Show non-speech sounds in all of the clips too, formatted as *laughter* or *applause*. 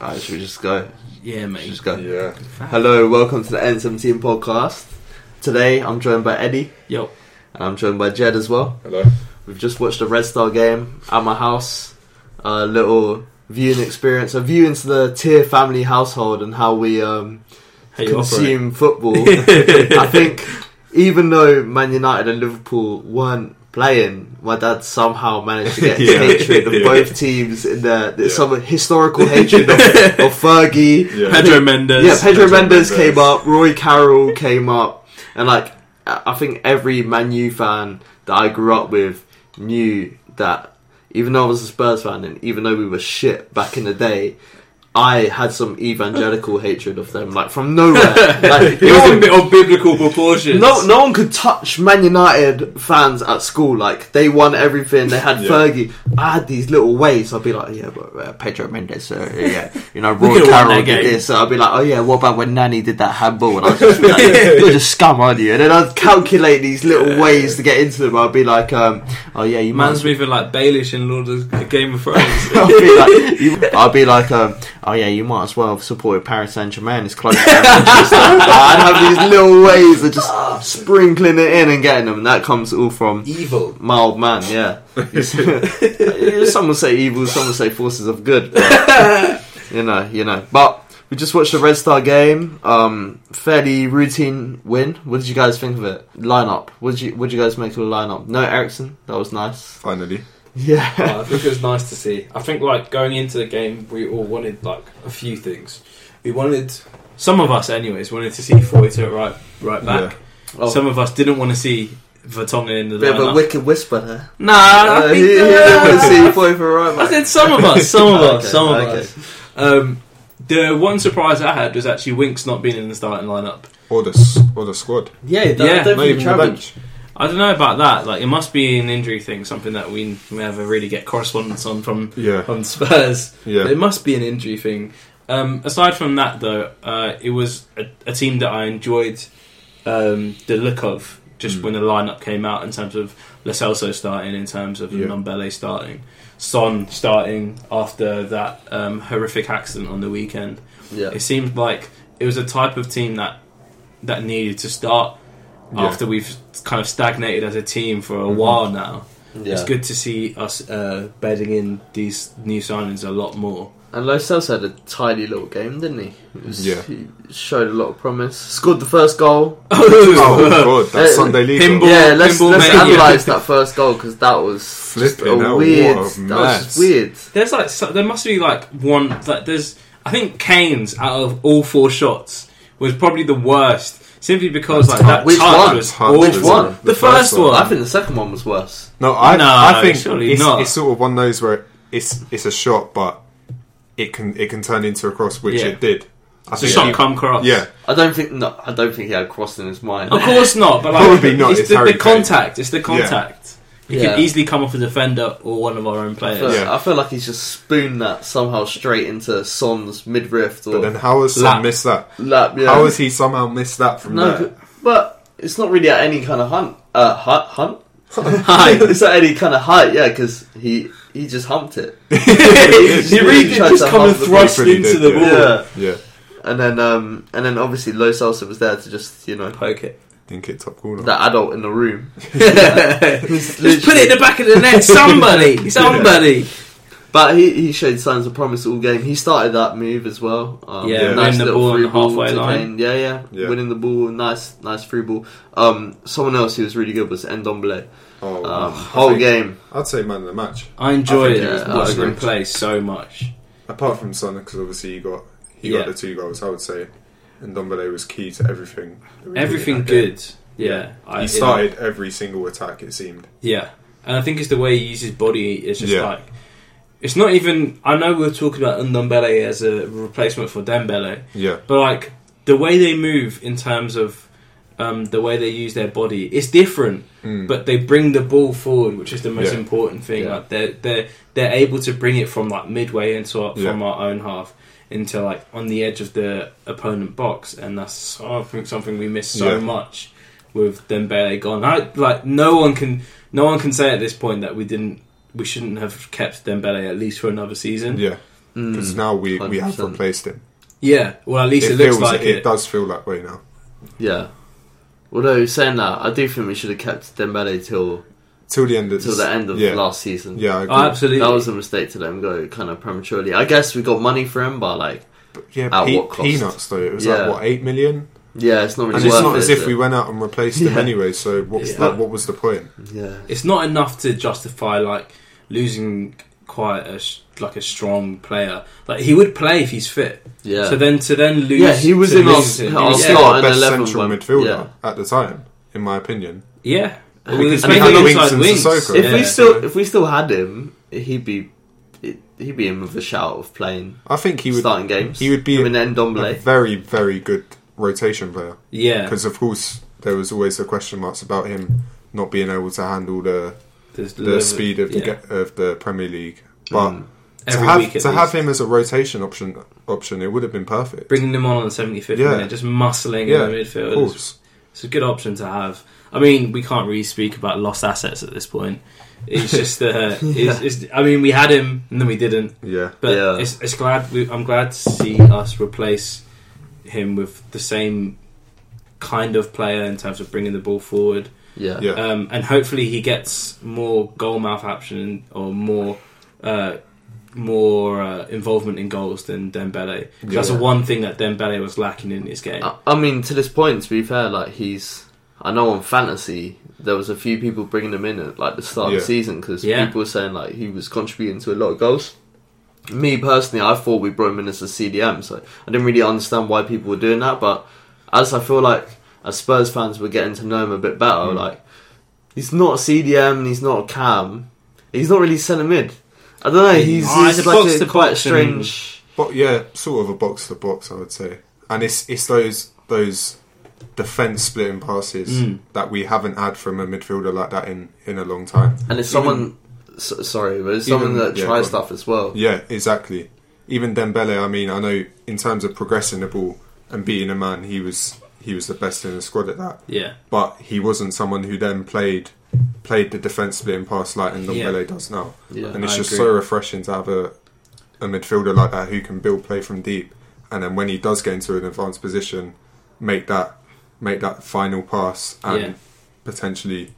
Alright, should we just go? Yeah, Should we mate. just go? Yeah. Hello, welcome to the N17 podcast. Today I'm joined by Eddie Yo, and I'm joined by Jed as well. Hello. We've just watched a Red Star game at my house. A little viewing experience, a view into the Tier family household and how we um, how you operate? consume *laughs* football. I think even though Man United and Liverpool weren't playing, my dad somehow managed to get *laughs* Yeah. hatred of Yeah. *laughs* both teams in there. There's Yeah. some historical hatred of, of *laughs* Fergie. Yeah. Pedro Mendes. Yeah, Pedro, Pedro Mendes, Mendes. came up, Roy Carroll came up, and like I I think every Man U fan that I grew up with knew that even though I was a Spurs fan and even though we were shit back in the day, I had some evangelical hatred of them, like from *laughs* nowhere. Like, it was a bit of biblical proportions. no, no one could touch Man United fans at school. Like they won everything. They had Yeah. Fergie. I had these little ways. I'd be like, yeah, but uh, Pedro Mendes, uh, yeah, you know, *laughs* We Roy could've won Carroll that did game. this. So I'd be like, oh yeah, what about when Nanny did that handball? And I'd just be like, *laughs* you're just scum, aren't you? And then I'd calculate these little ways to get into them. I'd be like, um, oh yeah, you man's. Man's moving like Baelish in Lord of the Game of *laughs* Thrones. I'd be like, you- I'd be like um, oh yeah, you might as well have supported Paris Saint Germain. It's close to Manchester. I'd have these little ways of just sprinkling it in and getting them, and that comes all from Evil. mild man, *laughs* yeah. some will say evil, some will say forces of good. but, you know, you know. But we just watched the Red Star game. Um, fairly routine win. What did you guys think of it? Lineup. What did you What did you guys make of the lineup? No Ericsson. That was nice. Finally. Yeah. Uh, I think it was nice to see. I think like going into the game, we all wanted like a few things. We wanted Some of us, anyways, wanted to see Foyt at right, right back. Oh, Some of us didn't want to see Vertonghen in the bit of a lineup. wicked whisper there. nah, I, Uh, think, he- he didn't see *laughs* Foy for right I back. said some of us, *laughs* some of *laughs* us, Okay, some of okay. us. Um, the one surprise I had was actually Winks not being in the starting lineup. Or the s- or the squad. yeah, don't- I Yeah. don't Not even the bench. I don't know about that. Like, it must be an injury thing, something that we never really get correspondence on from *laughs* Yeah. on Spurs. Yeah. It must be an injury thing. Um, aside from that, though, uh, it was a, a team that I enjoyed um, the look of just Mm. when the lineup came out in terms of Lo Celso starting, in terms of Yeah. Nombele starting, Son starting after that um, horrific accident on the weekend. Yeah. It seemed like it was a type of team that that needed to start Yeah. after we've kind of stagnated as a team for a Mhm. while now. It's Mm-hmm. Yeah. good to see us uh, bedding in these new signings a lot more. *laughs* And Lo Celso had a tidy little game, didn't he? He was- Yeah. He showed a lot of promise. Scored the first goal. *laughs* Oh god, that Uh, Sunday league. pinball. yeah, let's, pinball let's mania. analyze that first goal because that was just Flipping a hell, weird. what a that was just mess. weird. There's like so, there must be like one that there's I think Kane's out of all four shots was probably the worst simply because like that Which touch one? was Touch awful. Which one? The, first, one. I think the second one was worse. No, I, No, I think surely it's, not. it's sort of one of those where it's it's a shot, but it can it can turn into a cross, which Yeah. it did. I the shot it- come cross. Yeah, I don't think. No, I don't think he had crossed in his mind. *laughs* Of course not, but like Probably not, it's, it's the, Harry the Kane. contact. It's the contact. It Yeah. could easily come off a defender or one of our own I feel, players. *laughs* Yeah. I feel like he's just spooned that somehow straight into Son's midriff but or then how has Lap. Son missed that? lap. Yeah. How has he somehow missed that from no, there? but, but it's not really at any kind of hunt. Uh, hunt, hunt. *laughs* Hi. it's at any kind of height, yeah, because he he just humped it. he really tried did just to come and half the thrust ball. He into did, the ball. Yeah, Yeah, and then um, and then obviously Lo Celso was there to just you know Poke *laughs* it. think it top corner. that adult in the room. *laughs* Just put it in the back of the net. Somebody, somebody. But he, he showed signs of promise all game. He started that move as well. Um, Yeah, winning nice the little ball on free the halfway to line. Kane. Yeah, yeah, Yeah. winning the ball, nice, nice free ball. Um, someone else who was really good was Ndombele. oh, Um, I whole think- game. I'd say man of the match. I enjoyed I think, it. yeah, I watching him agree. play so much. Apart from Son, because obviously he got he Yeah. got the two goals. I would say, and Dombele was key to everything. that we did in Everything that game. good. Yeah. I, He started every single attack. It seemed. Yeah. And I think it's the way he uses body. It's just Yeah. like. It's not even. I know we are talking about Ndombele as a replacement for Dembele, Yeah, but like the way they move in terms of um, the way they use their body, it's different. Mm. But they bring the ball forward, which is the most Yeah. important thing. Yeah. Like they're they're they're able to bring it from like midway into our, Yeah. from our own half into like on the edge of the opponent box, and that's something something we miss so Yeah. much with Dembele gone. I, like no one can no one can say at this point that we didn't we shouldn't have kept Dembele at least for another season yeah, Mm. because now we, we have 100%. replaced him. Yeah, well, at least it, It, looks feels like it, it. does feel that way now. Yeah. Although saying that, I do think we should have kept Dembele till Till the end of till this- the end of yeah, last season. Yeah, I agree. Oh, absolutely. That was a mistake to let him go kind of prematurely. I guess we got money for him, but like, yeah, at pe- what cost? peanuts though. It was Yeah. like what eight million, yeah, it's not really and it's worth not it, as is if it? we went out and replaced him Yeah. anyway. So what was Yeah. that? What was the point? Yeah, It's not enough to justify like losing quite a s- like a strong player. Like he would play if he's fit. yeah. So then to then lose. Yeah, he was to in our- lose him- our yeah. slot. Our an best 11 central one. midfielder at the time, in my opinion. Yeah. Well, Because it's we had mainly wings inside and wings. Sissoko. if we Yeah. still if we still had him, he'd be he'd be in with a shout of playing I think he would starting games. he would be him and a Ndombele. very very good rotation player yeah, because of course there was always the question marks about him not being able to handle the There's the level- speed of the yeah. Mm. the of the Premier League, but. Mm. To Every have, week at to least. have him as a rotation option, option it would have been perfect. bringing them on on the 75th Yeah. minute, just muscling yeah, in the of midfield. course. It's a good option to have. I mean, we can't really speak about lost assets at this point. *laughs* It's just, uh, it's, it's, I mean, we had him and then we didn't. Yeah, But Yeah. it's, it's glad. We, I'm glad to see us replace him with the same kind of player in terms of bringing the ball forward, Yeah, yeah. um, and hopefully he gets more goal mouth action or more. Uh, more uh, involvement in goals than Dembele. 'Cause That's the Yeah. one thing that Dembele was lacking in his game. I, I mean, to this point, to be fair, like he's. I know on fantasy there was a few people bringing him in at like the start of Yeah. the season because Yeah. people were saying like he was contributing to a lot of goals. Me personally, I thought we brought him in as a CDM, so I didn't really understand why people were doing that. But as I feel like as Spurs fans were getting to know him a bit better, like he's not a CDM, and he's not a cam, he's not really centre mid. I don't know. He's, Oh, he's he's like a box-to-box quite and- strange. But yeah, sort of a box to box, I would say. And it's it's those those defense splitting passes Mm. that we haven't had from a midfielder like that in in a long time. And it's someone, so, sorry, but it's someone even- that yeah, tries go on. stuff as well. Yeah, exactly. Even Dembele, I mean, I know in terms of progressing the ball and beating a man, he was he was the best in the squad at that. yeah, But he wasn't someone who then played played the defense splitting pass like Ndombele does now. Yeah. and it's I just agree. so refreshing to have a a midfielder like that who can build play from deep, and then when he does get into an advanced position, make that make that final pass and Yeah. potentially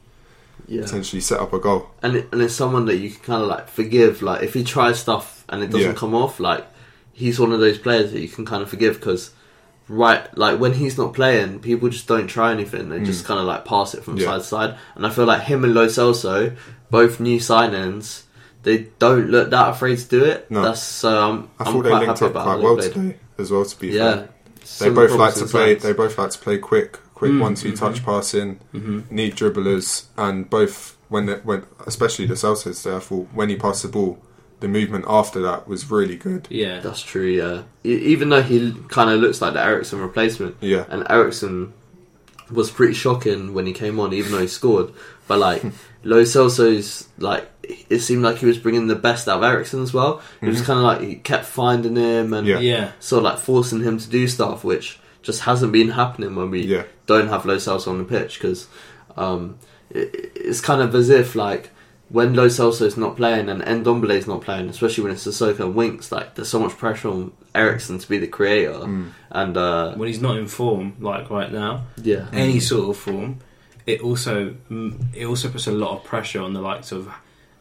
Yeah. potentially set up a goal. and it, and it's someone that you can kind of like forgive. Like if he tries stuff and it doesn't Yeah. come off, like he's one of those players that you can kind of forgive because right, like when he's not playing, people just don't try anything. They just kind of like pass it from Mm. Yeah. side to side. And I feel like him and Lo Celso, both new signings, they don't look that afraid to do it. No. That's so um, I I'm thought they quite linked happy up about quite how well they played. today as well. To be Yeah, fair, they both like to play. They both like to play quick, quick Mm, Mm-hmm. one-two touch passing, neat dribblers, and both when they, when especially the Celtics. There, I thought when he passed the ball, the movement after that was really good. yeah. That's true. Yeah, E- even though he kind of looks like the Ericsson replacement. Yeah, and Ericsson was pretty shocking when he came on, even though he scored. But like Hmm. Lo Celso's, like it seemed like he was bringing the best out of Ericsson as well. It was kind of like he kept finding him and Mm-hmm. Yeah. Yeah. sort of like forcing him to do stuff, which just hasn't been happening when we Yeah. don't have Lo Celso on the pitch because um, it, it's kind of as if like. When Lo Celso's not playing and Ndombele's not playing, especially when it's Sissoko and Winks, like there's so much pressure on Ericsson to be the creator, Mm. and uh, Mm. When he's not in form, like right now, yeah, Mm. any sort of form, it also mm, it also puts a lot of pressure on the likes of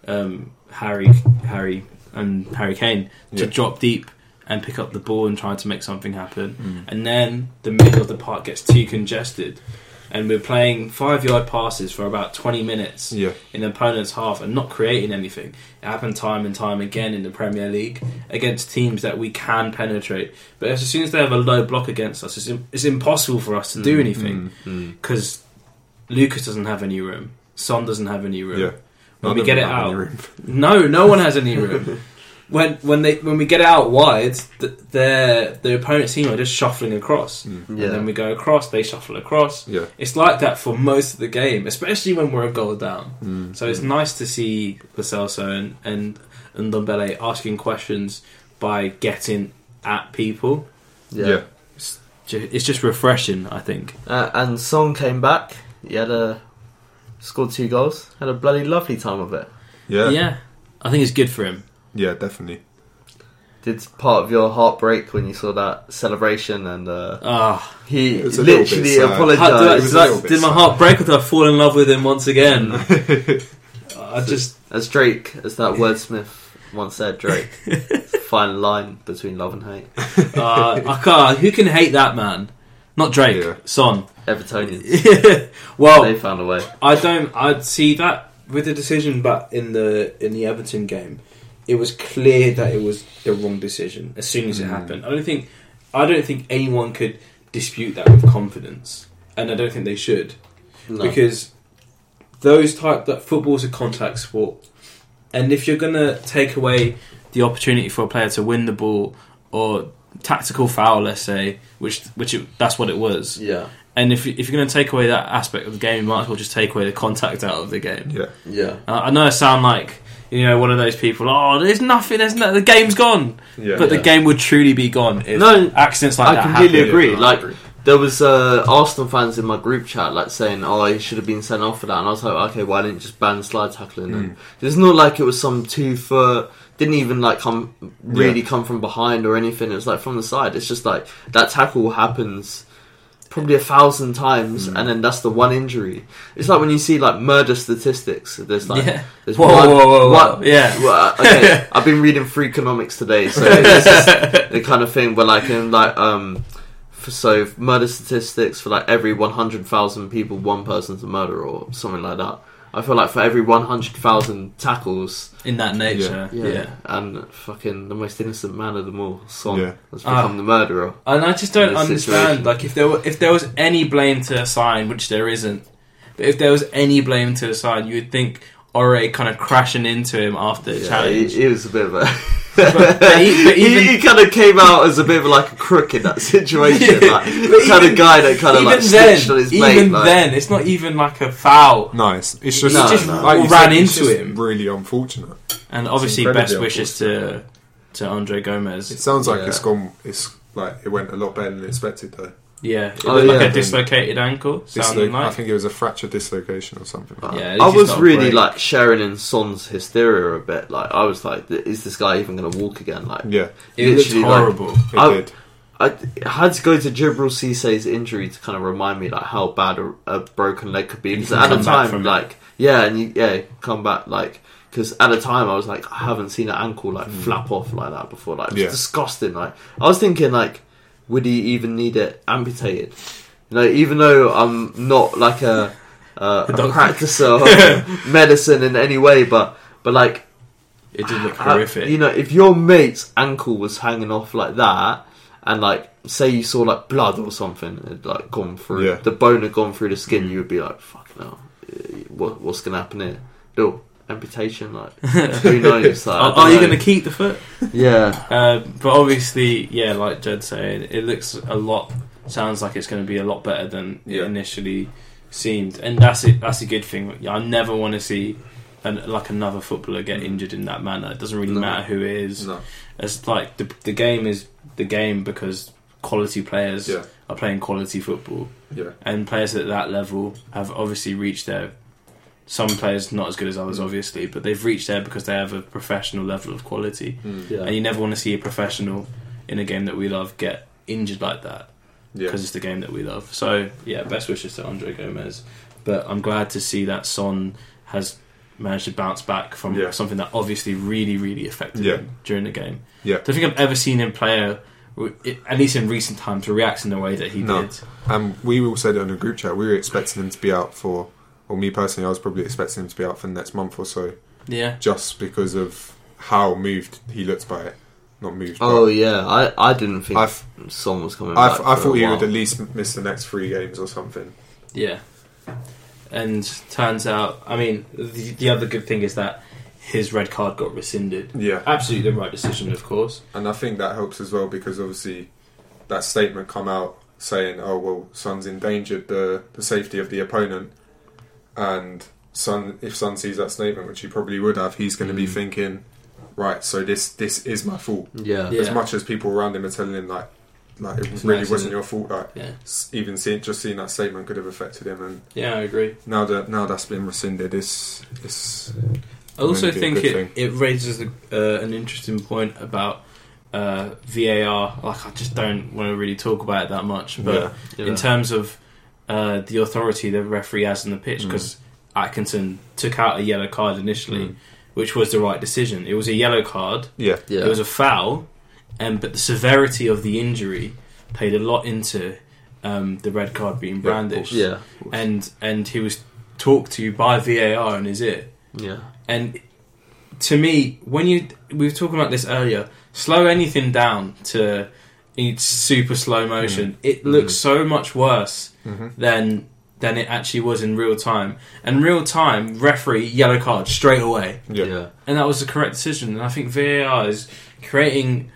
um, Harry, Harry, and Harry Kane to Yeah. drop deep and pick up the ball and try to make something happen. Mm. And then the middle of the park gets too congested, and we're playing five yard passes for about twenty minutes yeah. in the opponent's half and not creating anything. It happened time and time again in the Premier League against teams that we can penetrate. But as soon as they have a low block against us, it's, im- it's impossible for us to Mm. do anything Mm. because Lucas doesn't have any room, Son doesn't have any room. Yeah. When None we of get it them have any out, room. *laughs* no, no one has any *laughs* room. When, when they when we get it out wide, th- their their opponent's team are just shuffling across, Yeah. and then we go across. They shuffle across, Yeah. it's like that for most of the game, especially when we're a goal down. Mm. So it's nice to see Lacelso and and and Ndombele asking questions by getting at people. Yeah. Yeah. Ju- It's just refreshing, I think. Uh, and Song came back. He had a scored two goals. Had a bloody lovely time of it. Yeah. I think it's good for him. *laughs* Yeah, definitely. Did part of your heart break when you saw that celebration and uh, Ah, he It was a little bit literally sad. how- did, I- It apologized? was did I- a little bit did my sad. heart break or did I fall in love with him once again? *laughs* I just As Drake, as that wordsmith once said, *laughs* Drake, fine line between love and hate. uh, I can't. Who can hate that man? Not Drake, Yeah. *laughs* Son. Evertonians, *laughs* well, they found a way. I don't. I see that with the decision, but in the in the Everton game, it was clear that it was the wrong decision as soon as it Mm. happened. I don't think. I don't think anyone could dispute that with confidence, and I don't think they should No. because those type that football's a contact sport, and if you're gonna take away the opportunity for a player to win the ball or tactical foul, let's say, which which it, that's what it was, yeah, and if, you- if you're going to take away that aspect of the game, you might as well just take away the contact out of the game. Yeah. yeah, Uh, I know I sound like you know one of those people. Oh, there's nothing. There's no, the game's gone. Yeah. but yeah. the game would truly be gone if No, accidents like I that completely happened. agree. Like there was uh, Arsenal fans in my group chat like saying, "Oh, he should have been sent off for that," and I was like, "Okay, why didn't you just ban slide tackling?" Mm. Then it's not like it was some two foot. Didn't even like come really come from behind or anything. It was like from the side. It's just like that tackle happens probably a thousand times, Mm. and then that's the one injury. It's like when you see like murder statistics. There's like Yeah. there's Whoa, one, whoa, whoa, whoa, one- yeah. *laughs* well, okay, I've been reading free economics today, so this is the kind of thing where like in like um, for, so murder statistics for like every one hundred thousand people, one person's a murderer or something like that. I feel like for every one hundred thousand tackles, in that nature. Yeah. and fucking the most innocent man of them all, Son, Yeah. has become Ah. the murderer. And I just don't In this understand. situation. Like if there were, if there was any blame to assign, which there isn't, but if there was any blame to assign, you would think Ore kind of crashing into him after the Yeah, challenge. he, he was a bit of a. *laughs* *laughs* But- but he- but he, even- kind of came out as a bit of like a crook in that situation, *laughs* Yeah. like But the kind even- of guy that kind of even like then, snitched on his mate. even like- then, it's not even like a foul. *laughs* Nice. It's He just, just you ran said, it's into just him. Really unfortunate. And obviously, incredibly best wishes to to Andre Gomez. It sounds like Yeah. it's gone. It's like it went a lot better than expected though. yeah, it Oh, looked like yeah. uh, a dislocated ankle. Sounding Dislo- I like think it was a fracture dislocation or something. Like that. Yeah, I it's just was not a really break. like sharing in Son's hysteria a bit. Like I was like, "Th- is this guy even going to walk again? Like Yeah, it looked literally, like- horrible. it I- did. I I had to go to Jibril Cissé's injury to kind of remind me like how bad a, a broken leg could be. And you Because can at the come back time, from it. like yeah, and you, yeah, come back like because at the time I was like, I haven't seen an ankle like Hmm. flap off like that before. Like it was Yeah. disgusting. Like I was thinking like, would he even need it amputated? You know, even though I'm not like a *laughs* uh, a doctor. practicer of *laughs* medicine in any way, but but like It did *laughs* look uh, horrific. *laughs* You know, if your mate's ankle was hanging off like that, and like say you saw like blood or something, it had, like gone through Yeah. the bone had gone through the skin, you would be like, "Fuck no, Uh, what, what's gonna happen here?" No amputation, *laughs* like who knows? Like, I are, don't are you know. going to oh, keep the foot? Yeah, Uh, but obviously, yeah, like Jed saying, it looks a lot. Sounds like it's going to be a lot better than Yeah. it initially seemed, and that's it. That's a good thing. I never want to see. An, like another footballer get injured in that manner. It doesn't really No. matter who it is. Mm. No. It's like the, the game is the game because quality players Yeah. are playing quality football, Yeah. and players at that level have obviously reached their. Some players not as good as Mm. others, obviously, but they've reached there because they have a professional level of quality Mm. yeah, and you never want to see a professional in a game that we love get injured like that Yeah. because it's the game that we love. So yeah, best wishes to Andre Gomez. But I'm glad to see that Son has managed to bounce back from Yeah. something that obviously really, really affected Yeah. him during the game. Yeah. don't think I've ever seen him player, at least in recent times, react in the way that he No. did. And we all said it on a group chat. We were expecting him to be out for, or me personally, I was probably expecting him to be out for the next month or so, Yeah, just because of how moved he looked by it. Not moved. oh but yeah. I, I didn't think I've, Son was coming. I've, back I for a thought he would while. at least miss the next three games or something. yeah. And turns out, I mean, the, the other good thing is that his red card got rescinded. Yeah, Absolutely the right decision, of course. and I think that helps as well because obviously that statement come out saying, "Oh well, Son's endangered the the safety of the opponent," and Son, if Son sees that statement, which he probably would have, he's going to Mm. be thinking, "Right, so this this is my fault." Yeah, Yeah. As much as people around him are telling him like, like it It's an really accident. wasn't your fault. Like Yeah. s- even seeing just seeing that statement could have affected him, and Yeah, I agree. now that now that's been rescinded, it's it's I also Maybe a think good it, it raises a, uh, an interesting point about uh, VAR. Like I just don't want to really talk about it that much. But Yeah. Yeah. in terms of uh, the authority the referee has on the pitch because Atkinson took out a yellow card initially, which was the right decision. It was a yellow card. Yeah. yeah. It was a foul, and but the severity of the injury played a lot into um, the red card being brandished. yeah, And and he was talked to by VAR in his ear. yeah, And to me, when you we were talking about this earlier, slow anything down to it's super slow motion. It looks so much worse Mhm. than than it actually was in real time. And real time, referee yellow card straight away, Yeah. yeah. and that was the correct decision. And I think VAR is creating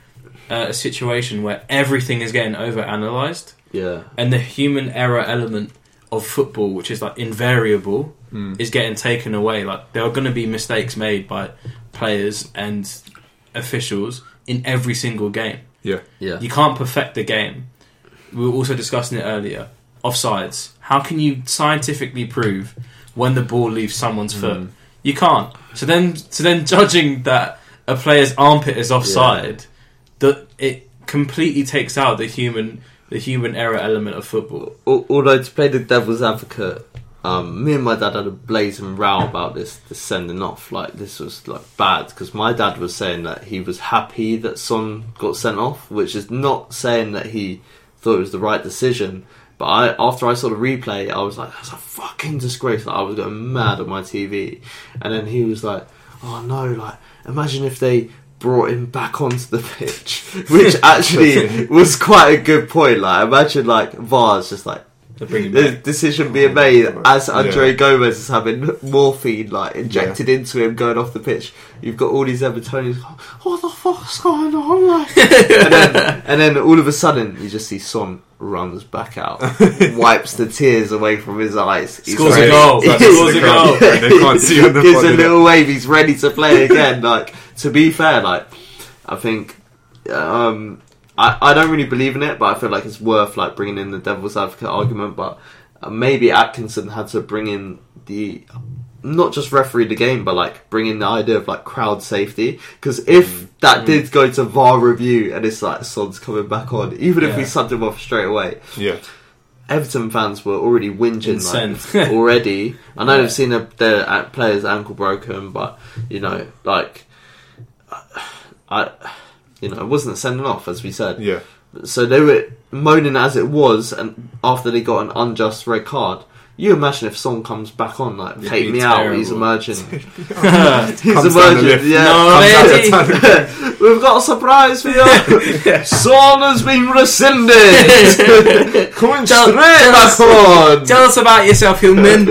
uh, a situation where everything is getting over analysed, yeah. and the human error element of football, which is like invariable, Mm. is getting taken away. Like there are going to be mistakes made by players and officials in every single game. Yeah. You can't perfect the game. We were also discussing it earlier. Offsides. How can you scientifically prove when the ball leaves someone's foot? You can't. So then, so then, judging that a player's armpit is offside, that it completely takes out the human the human error element of football. Al- Although to play the devil's advocate, um, me and my dad had a blazing row about this, this sending off. Like this was like bad because my dad was saying that he was happy that Son got sent off, which is not saying that he thought it was the right decision. But I, after I saw the replay, I was like, "That's a fucking disgrace!" Like, I was going mad at my TV, and then he was like, "Oh no! Like, imagine if they brought him back onto the pitch," *laughs* which actually *laughs* was quite a good point. Like, imagine like VAR's just like They're bringing the back. decision being made as Yeah. Andre Gomez is having morphine like injected into him going off the pitch. You've got all these Evertonians. "Oh, What the fuck's going on? *laughs* Like? and, then, and then all of a sudden, you just see Son runs back out, wipes the tears away from his eyes, He's Scores a ready. goal. *laughs* He's- Scores a goal. They can't see on the Gives body. a little wave. He's ready to play again. like to be fair, like I think um, I, I don't really believe in it, but I feel like it's worth like bringing in the devil's advocate argument. But uh, maybe Atkinson had to bring in the not just referee the game, but like bring in the idea of like crowd safety. Because if Mm. that did go to VAR review and it's like Son's coming back on, even if we Yeah. subbed him off straight away, Yeah. Everton fans were already whinging like, *laughs* Incensed. already. I know Yeah. they've seen their, their a- players' ankle broken, but you know, like I, you know, it wasn't sending off as we said. Yeah. So they were moaning as it was, and after they got an unjust red card. You imagine if someone comes back on, like, It'd take be me out, he's terrible. *laughs* emerging. *laughs* Comes he's down the lift. emerging, yeah. No, Comes down the lady. tunnel. *laughs* We've got a surprise *laughs* for you. Son has been rescinded. Coming Tell- straight tell back us- on. Tell us about yourself, human.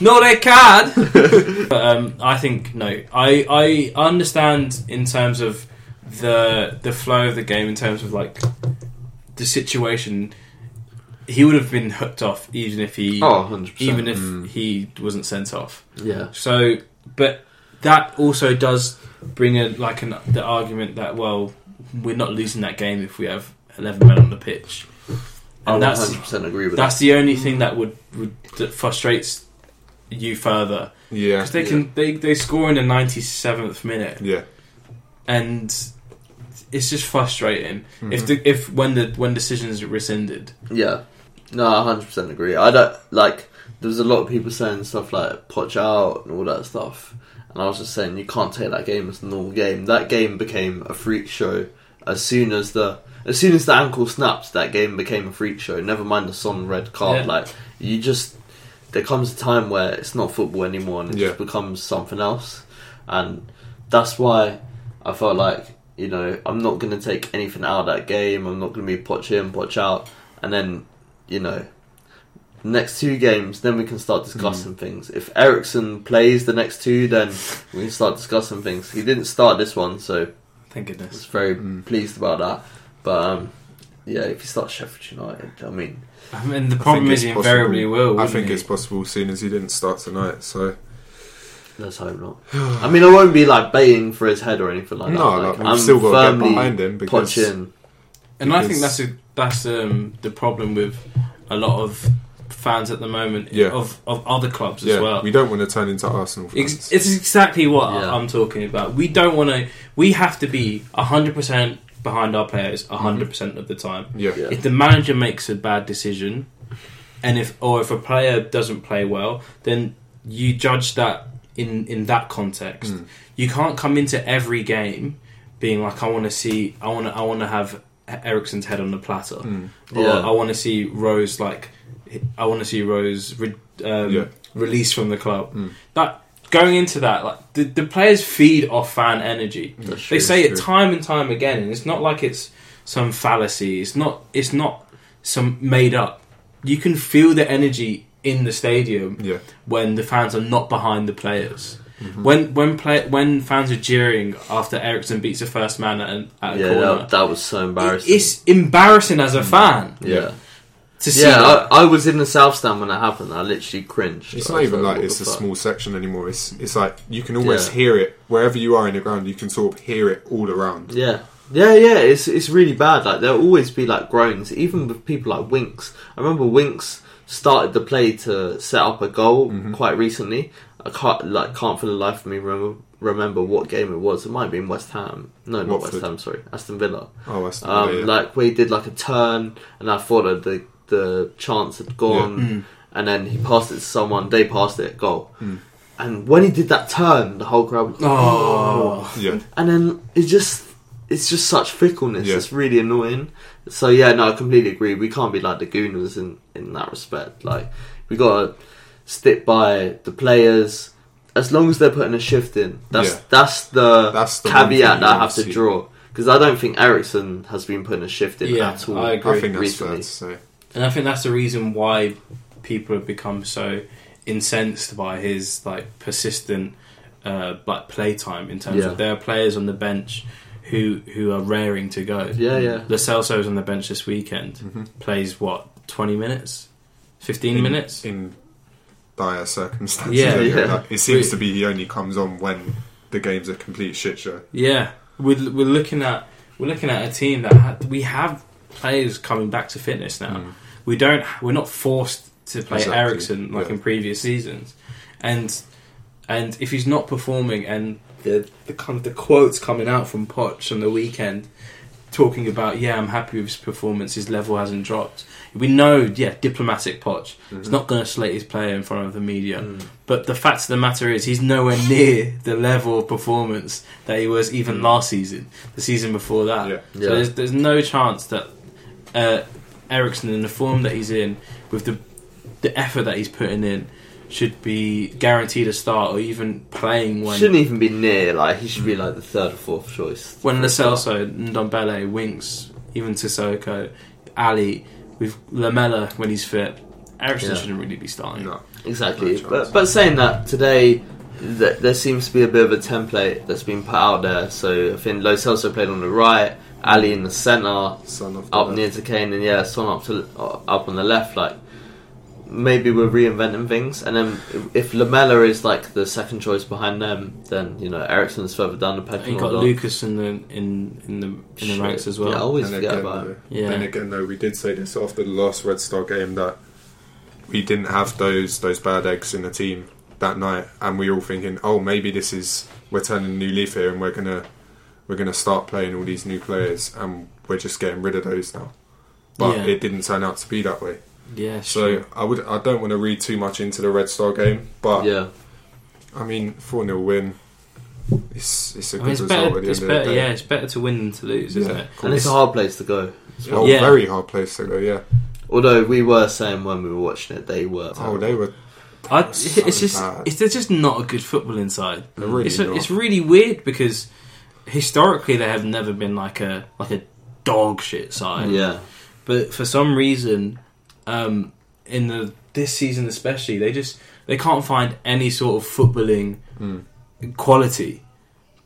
Not a card. but um, I think no. I I understand in terms of the the flow of the game, in terms of like the situation. He would have been hooked off even if he *laughs* Oh, 100%. Mm. even if he wasn't sent off. yeah. So, but that also does bring a like an the argument that well, we're not losing that game if we have eleven men on the pitch. I And that's 100% agree with that's the only thing that would, would that frustrates you further Yeah. because they can they they score in the ninety seventh minute Yeah. and it's just frustrating Mm-hmm. if the, if when the when decisions are rescinded. that. Yeah. No, I 100% agree. I don't, like, there was a lot of people saying stuff like, potch out and all that stuff. And I was just saying, you can't take that game as a normal game. That game became a freak show as soon as the. As soon as the ankle snaps, that game became a freak show. Never mind the Son red card. Yeah. Like you just, there comes a time where it's not football anymore, and it just Yeah. becomes something else. And that's why I felt like, you know, I'm not going to take anything out of that game. I'm not going to be potch in, potch out. And then, you know, next two games, then we can start discussing Hmm. things. If Ericsson plays the next two, then we can start discussing things. He didn't start this one, so Thank I was goodness. very Mm. pleased about that. But, um, yeah, if he starts Sheffield United, I mean, I mean, the problem think is he it's invariably possible. will. I wouldn't think he? it's possible, seeing as he didn't start tonight. So let's hope not. *sighs* I mean, I won't be like baying for his head or anything like no, that. like, we've I'm still got to get firmly behind him because potch in. And I think because- that's a, that's um, the problem with a lot of fans at the moment Yeah. of, of other clubs yeah, as well. we don't want to turn into Arsenal fans. Ex- It's exactly what I- Yeah. I'm talking about. We don't want to. we have to be 100% behind our players 100% percent of the time. Yeah. Yeah. If the manager makes a bad decision, and if or if a player doesn't play well, then you judge that in in that context. Hmm. You can't come into every game being like, I want to see, I want to, I want to have Ericsson's head on the platter, or Hmm. Yeah. I want to see Rose like, I want to see Rose re- um, Yeah. released from the Hmm. club. That going into that, like the, the players feed off fan energy. They say it true. time and time again, and it's not like it's some fallacy. It's not. It's not some made up. You can feel the energy in the stadium Yeah. when the fans are not behind the players. Mm-hmm. When when play when fans are jeering after Ericsson beats the first man at, an, at a Yeah, corner, that, that was so embarrassing. it's embarrassing as a fan yeah, to see. yeah. that. I, I was in the south stand when that happened. I literally cringed. It's I not was even like what it's the a fuck? small section anymore. It's it's like you can almost Yeah. hear it wherever you are in the ground. You can sort of hear it all around. Yeah. Yeah, yeah, it's it's really bad. Like there'll always be like groans, even with people like Winks. I remember Winks started the play to set up a goal Mm-hmm. quite recently. I can't like can't for the life of me remember remember what game it was. It might have been West Ham. No, not Watford. West Ham. Sorry, Aston Villa. Oh, that's Um, yeah, yeah. Like where he did like a turn, and I thought that the the chance had gone, and then he passed it to someone. They passed it goal. And when he did that turn, the whole crowd. was like, Oh. yeah. and then it's just it's just such fickleness. Yeah. It's really annoying. So yeah, no, I completely agree. We can't be like the Gooners in in that respect. Like we gotta stick by the players. As long as they're putting a shift in, that's Yeah. that's the, That's the one thing caveat you that I wanna have to see. draw because I don't think Ericsson has been putting a shift in Yeah, at all. I I agree. think that's fair recently. to say. And I think that's the reason why people have become so incensed by his like persistent uh, like playtime in terms Yeah. of there are players on the bench who who are raring to go. Yeah, yeah. Mm-hmm. Lo Celso's on the bench this weekend. Plays what twenty minutes, fifteen In- minutes. in dire circumstances. Yeah. I get Yeah. that. It seems to be he only comes on when the game's a complete shit show. yeah, we're, we're looking at we're looking at a team that ha- we have players coming back to fitness Mm. now. Mm. We don't. We're not forced to play Exactly, Ericsson like yeah. in previous seasons, and and if he's not performing, and the the kind of the quotes coming out from Poch on the weekend talking about yeah, I'm happy with his performance. His level hasn't dropped. We know, yeah, diplomatic Poch. He's Mm-hmm. not going to slate his player in front of the media. But the fact of the matter is, he's *laughs* nowhere near the level of performance that he was even last season, the season before that. Mm. Yeah. Yeah. So there's, there's no chance that uh, Ericsson, in the form that he's in, with the the effort that he's putting in, should be guaranteed a start or even playing when Shouldn't even be near. Like he should be Mm. like the third or fourth choice. when Lo Celso, Ndombele, Winks, even Sissoko, Ali, with Lamella when he's fit, Ericsson Yeah. shouldn't really be starting. No. Exactly. No chance. but but saying that today, th- there seems to be a bit of a template that's been put out there. So I think Lo Celso played on the right, Ali in the centre, Son of the up left. near to Kane, and yeah, Son up to uh, up on the left. Like maybe we're reinventing things. And then if Lamella is like the second choice behind them, then you know Ericsson's further down the And pecking you got order. Lucas in the in in the in the ranks as Yeah, I well. always And forget again, about him. though- Yeah. Then again, though, we did say this after the last Red Star game that we didn't have those those bad eggs in the team that night, and we were all thinking, oh, maybe this is we're turning a new leaf here, and we're gonna we're gonna start playing all these new players, and we're just getting rid of those now. But Yeah. it didn't turn out to be that way. Yeah, So sure. I would I don't want to read too much into the Red Star game, but Yeah, I mean, 4 0 win. It's, it's a I good mean, it's result better. at the It's end of the better. day. Yeah, it's better to win than to lose, isn't Yeah. it? and it's a hard place to go. Oh, Yeah. very hard place to go, yeah. Although we were saying when we were watching it, they were. Oh, they were I, So it's just bad. it's, there's just not a good football inside. They're really it's, a, not. it's really weird because historically they have never been like a like a dog shit side. yeah. but for some reason, um, in the this season especially, they just they can't find any sort of footballing Hmm. quality.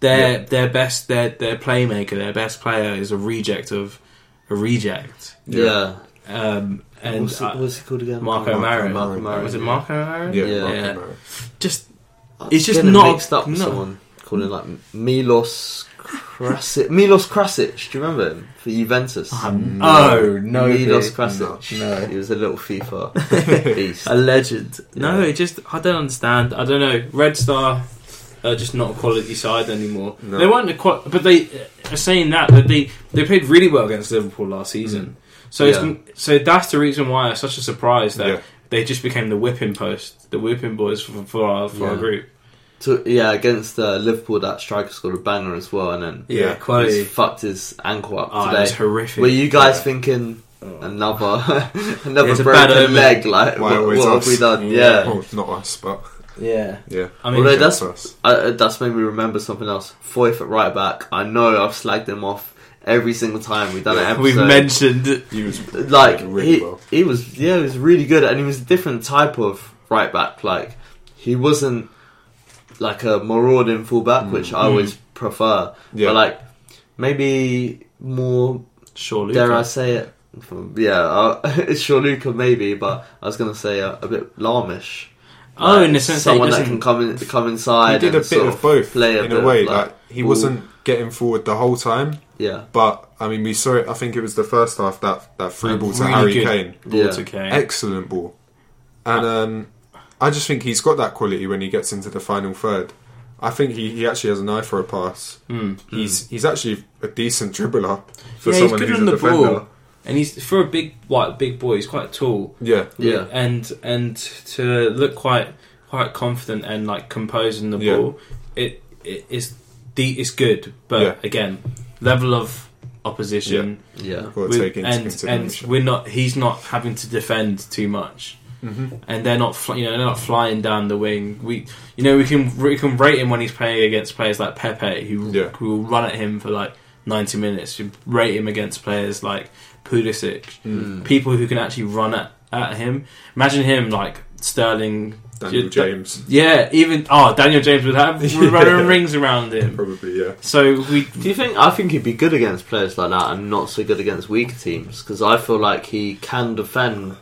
Their their best their their playmaker, their best player is a reject of a reject. yeah, Yeah. Um, and what's, it, I- what's it called again? Marco Marin. Marin. Marin, Was it yeah. Marco Marin? Yeah, Yeah. Marco Yeah. Murray. Just I It's just getting not- mixed up with no. someone calling like Milos Krasic. Milos Krasic, do you remember him for Juventus? oh no, Milos dude. Krasic. No. No. he was a little FIFA beast. *laughs* a legend. No, Yeah. it just I don't understand. I don't know. Red Star, are just not a quality side anymore. No. They weren't a qual- but they are saying that that they they played really well against Liverpool last season. So Mm. Yeah. it's, so that's the reason why it's such a surprise that Yeah. they just became the whipping post, the whipping boys for, for our for our Yeah. group. To, yeah, against uh, Liverpool, that striker scored a banger as well, and then Yeah, Yeah. he's fucked his ankle up Ah, it was today. horrific. Were you guys thinking Oh. another *laughs* another It's a bad broken omen. leg? Like Why what, always what have us? we done? Yeah. Yeah, Well, not us, but Yeah, yeah. I mean, Although Yeah, that's- us. I, uh, that's made me remember something else. Foyth at right back. I know I've slagged him off every single time we've done an episode. we've mentioned He was like played really he, well. he was yeah he was really good and he was a different type of right back like he wasn't like a marauding fullback which I always prefer Mm. Yeah. but like maybe more surely. dare I say it yeah uh, *laughs* it's Shaluka maybe but I was gonna say a, a bit larmish Oh, Like, in the sense that he someone that doesn't- can come in, come inside he did a and bit sort of both play a in bit a of, way. like, Like he ball. wasn't getting forward the whole time, yeah but I mean, we saw it. I think it was the first half that that free A ball to really Harry good Kane, ball Yeah. to Kane. excellent ball, and um, I just think he's got that quality when he gets into the final third. I think he, he actually has an eye for a pass. Mm. He's he's actually a decent dribbler for yeah, he's someone good who's on a the defender. ball, and he's for a big like big boy. He's quite tall. Yeah, Yeah. and and to look quite quite confident and like composed in the Yeah. ball, it it is the it's good. But Yeah. again, level of opposition yeah got to with- take into and and consideration. we're not. He's not having to defend too much. Mhm. And they're not, fl- you know, they're not flying down the wing. We, you know, we can we can rate him when he's playing against players like Pepe, who Yeah. who will run at him for like ninety minutes. You rate him against players like Pulisic, Mm. people who can actually run at, at him. Imagine him like Sterling. Daniel Yeah, James Yeah, even oh Daniel James would *laughs* have Yeah. running rings around him. probably. Yeah, So we Do you think? I think he'd be good against players like that, and not so good against weaker teams because I feel like he can defend.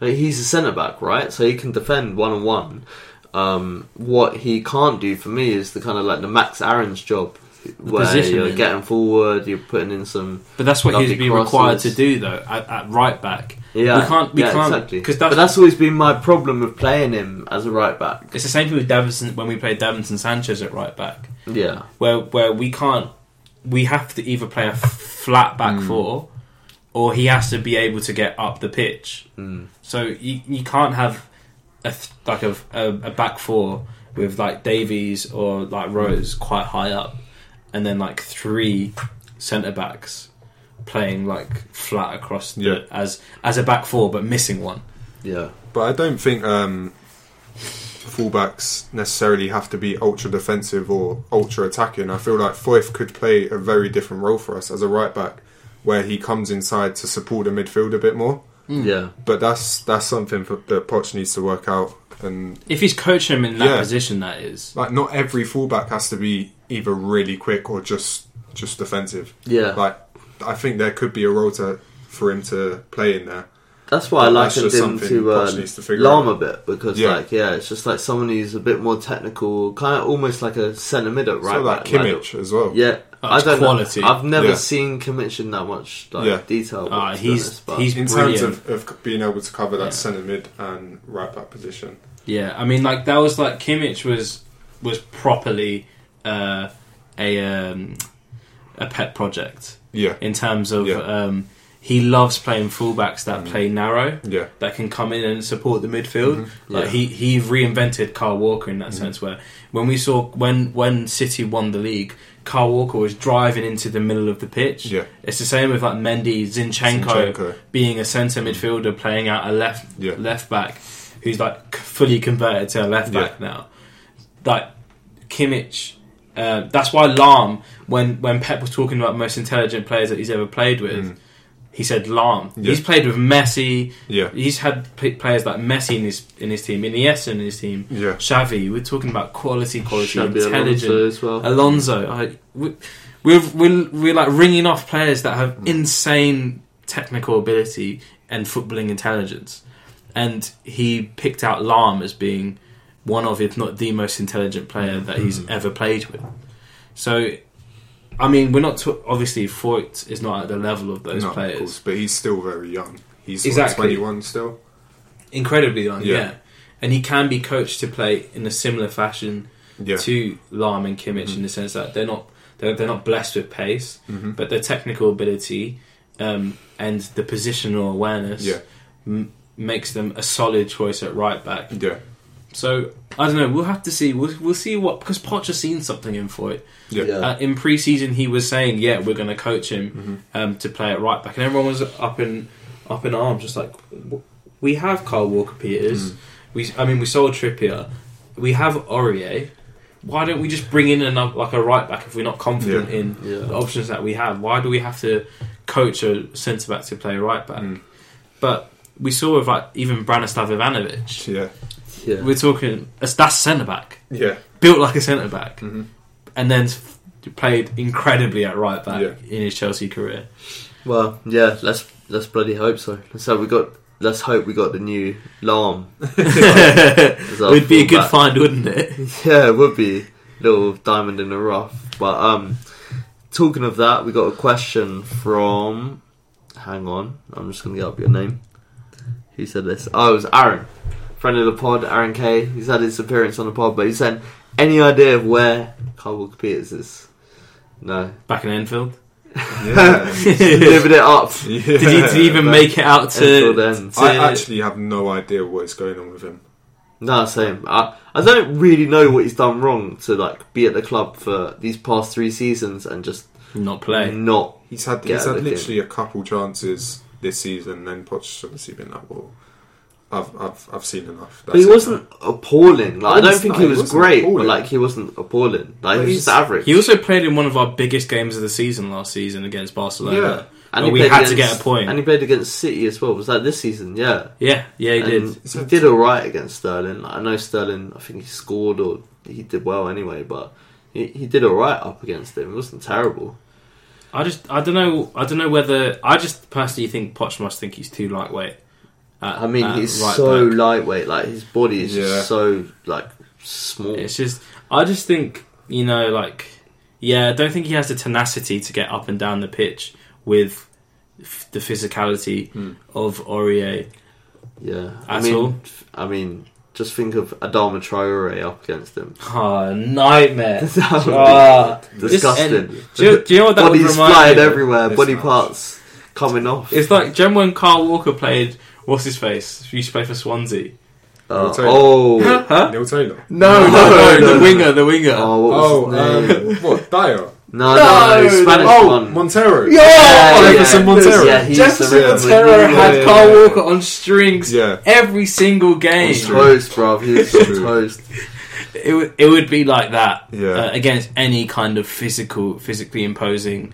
I mean, He's a centre back, right? So he can defend one on one. Um, What he can't do for me is the kind of like the Max Aaron's job, where you're positioning. getting forward, you're putting in some. But that's what Lovely he'd be required to crosses. do, though, at, at right back. Yeah, we can't. We yeah, can't exactly. because but that's, that's always been my problem with playing him as a right back. it's the same thing with Davinson when we played Davinson Sanchez at right back, Yeah, where where we can't. We have to either play a f- flat back four, or he has to be able to get up the pitch. Mm. So you you can't have a th- like a, a a back four with like Davies or like Rose quite high up, and then like three centre backs playing like flat across the, Yeah. as as a back four but missing one. yeah, but I don't think um, fullbacks necessarily have to be ultra defensive or ultra attacking. I feel like Foyth could play a very different role for us as a right back, where he comes inside to support the midfield a bit more. yeah. But that's that's something for, that Poch needs to work out. And If he's coaching him in that Yeah. position, that is. like, not every fullback has to be either really quick or just just defensive. Yeah. Like, I think there could be a role to for him to play in there. That's why I That's likened just him something to Poch um, needs to figure Lahm out. a bit because, Yeah. like, yeah, it's just like someone who's a bit more technical, kind of almost like a centre mid at right so like back. Kimmich as well. yeah, I That's don't quality. know. I've never Yeah. seen Kimmich in that much like Yeah. detail. Ah, to be he's- honest, but- he's- in terms Brilliant. of, of being able to cover that Yeah. centre mid and right back position. Yeah, I mean, like that was like Kimmich was was properly uh, a um, a pet project Yeah, in terms of Yeah. um, he loves playing fullbacks that play narrow yeah, that can come in and support the midfield. Mm-hmm. Like Yeah. he he reinvented Carl Walker in that sense. Where when we saw when when City won the league, Carl Walker was driving into the middle of the pitch. Yeah. it's the same with like Mendy, Zinchenko, Zinchenko. being a centre midfielder playing out a left Yeah. left back who's like c- fully converted to a left Yeah. back now. Like Kimmich. Uh, that's why Lahm, when when Pep was talking about most intelligent players that he's ever played with, he said Lahm. Mm. Yeah. He's played with Messi, yeah, He's had p- players like Messi in his in his team, Iniesta in his team, yeah. Xavi. We're talking about quality, quality, Xabi Alonso intelligent. as well. Alonso, I, we, we're, we're we're like ringing off players that Mm. have insane technical ability and footballing intelligence, and he picked out Lahm as being one of, if not the most intelligent player Mm. that he's ever played with. So, I mean, we're not to, obviously Foyt is not at the level of those No, of players. course, but he's still very young. He's Exactly. exactly. twenty one still. incredibly young, yeah. Yeah. And he can be coached to play in a similar fashion Yeah. Mm-hmm. to Lahm and Kimmich in the sense that they're not they're, they're not blessed with pace, but their technical ability um, and the positional awareness Yeah. m- makes them a solid choice at right back. Yeah. So I don't know. We'll have to see. We'll, we'll see what because Poch has seen something in for it. Yeah. Yeah. Uh, in pre-season, he was saying, "Yeah, we're going to coach him Mm-hmm. um, to play at right back," and everyone was up in up in arms, just like "W- we have Carl Walker Mm. Peters. We, I mean, we sold Trippier. We have Aurier. Why don't we just bring in another like a right back if we're not confident in Yeah. the options that we have? Why do we have to coach a centre back to play right back? Mm. But we saw with like even Branislav Ivanovic. Yeah. yeah. We're talking that's that's centre back Yeah. built like a centre back, Mm-hmm. Mhm. and then f- played incredibly at right back Yeah. in his Chelsea *laughs* career. Well, yeah. Let's let's bloody hope so. So we got. Let's hope we got the new Lam. *laughs* Would be a good find, wouldn't it? *laughs* Yeah, it would be little diamond in the rough. But um, talking of that, we got a question from. Hang on, I'm just gonna get up your name. Who said this? Oh, it was Aaron, friend of the pod, Aaron K. He's had his appearance on the pod, but he's saying, any idea of where Carl Walker Peters is? No, Back in Enfield, *laughs* Yeah. *laughs* did, living it up. yeah. he, did he even Yeah. make it out Enfield to? ends. to- *laughs* I actually have no idea what is going on with him. No, same. I, I don't really know what he's done wrong to like be at the club for these past three seasons and just Not play. not. He's had Get he's out had of the literally a couple chances this season. Then Poch obviously been like, well, I've I've I've seen enough. But he That's it. wasn't appalling. Like I don't Honestly, think he he was wasn't great, but appalling. like he wasn't appalling. Like But he was just he's- average. He also played in one of our biggest games of the season last season against Barcelona. and but he we played had to against- get a point. And he played against City as well. Was that this season? Yeah, Yeah, yeah, he And did. He did all right against Sterling. Like, I know Sterling. I think he scored or he did well anyway. But he, he did all right up against him. It wasn't terrible. I just, I don't know, I don't know whether I just personally think Poch must think he's too lightweight. at- I mean, at he's right so back. lightweight. Like his body is Yeah. just so like small. It's just, I just think, you know, like, yeah, I don't think he has the tenacity to get up and down the pitch with f- the physicality Hmm. of Aurier. yeah, I At mean, all. I mean, just think of Adama Traore up against him. *laughs* Oh, nightmare. That would be Ah, disgusting. just- do, you, do you know what that would Bodies remind flying me of? everywhere. It's Body not. parts coming off. It's like, do you remember when Carl Walker played, what's his face? He used to play for Swansea. Uh, Sorry. *laughs* oh, Huh? Neil Taylor. No, no, no, no, no, the no. winger, the winger. oh, what was Oh, his name? *laughs* um, what Dyer? no, no, no, no, Spanish oh, one. Montero. Yeah, Oh, yeah, Jefferson yeah. Montero. Yeah, he's Jefferson the Montero Yeah, had yeah, Carl yeah. Walker on strings Yeah. every single game. He's toast, bro. He's True. toast. It would it would be like that Yeah. uh, against any kind of physical, physically imposing.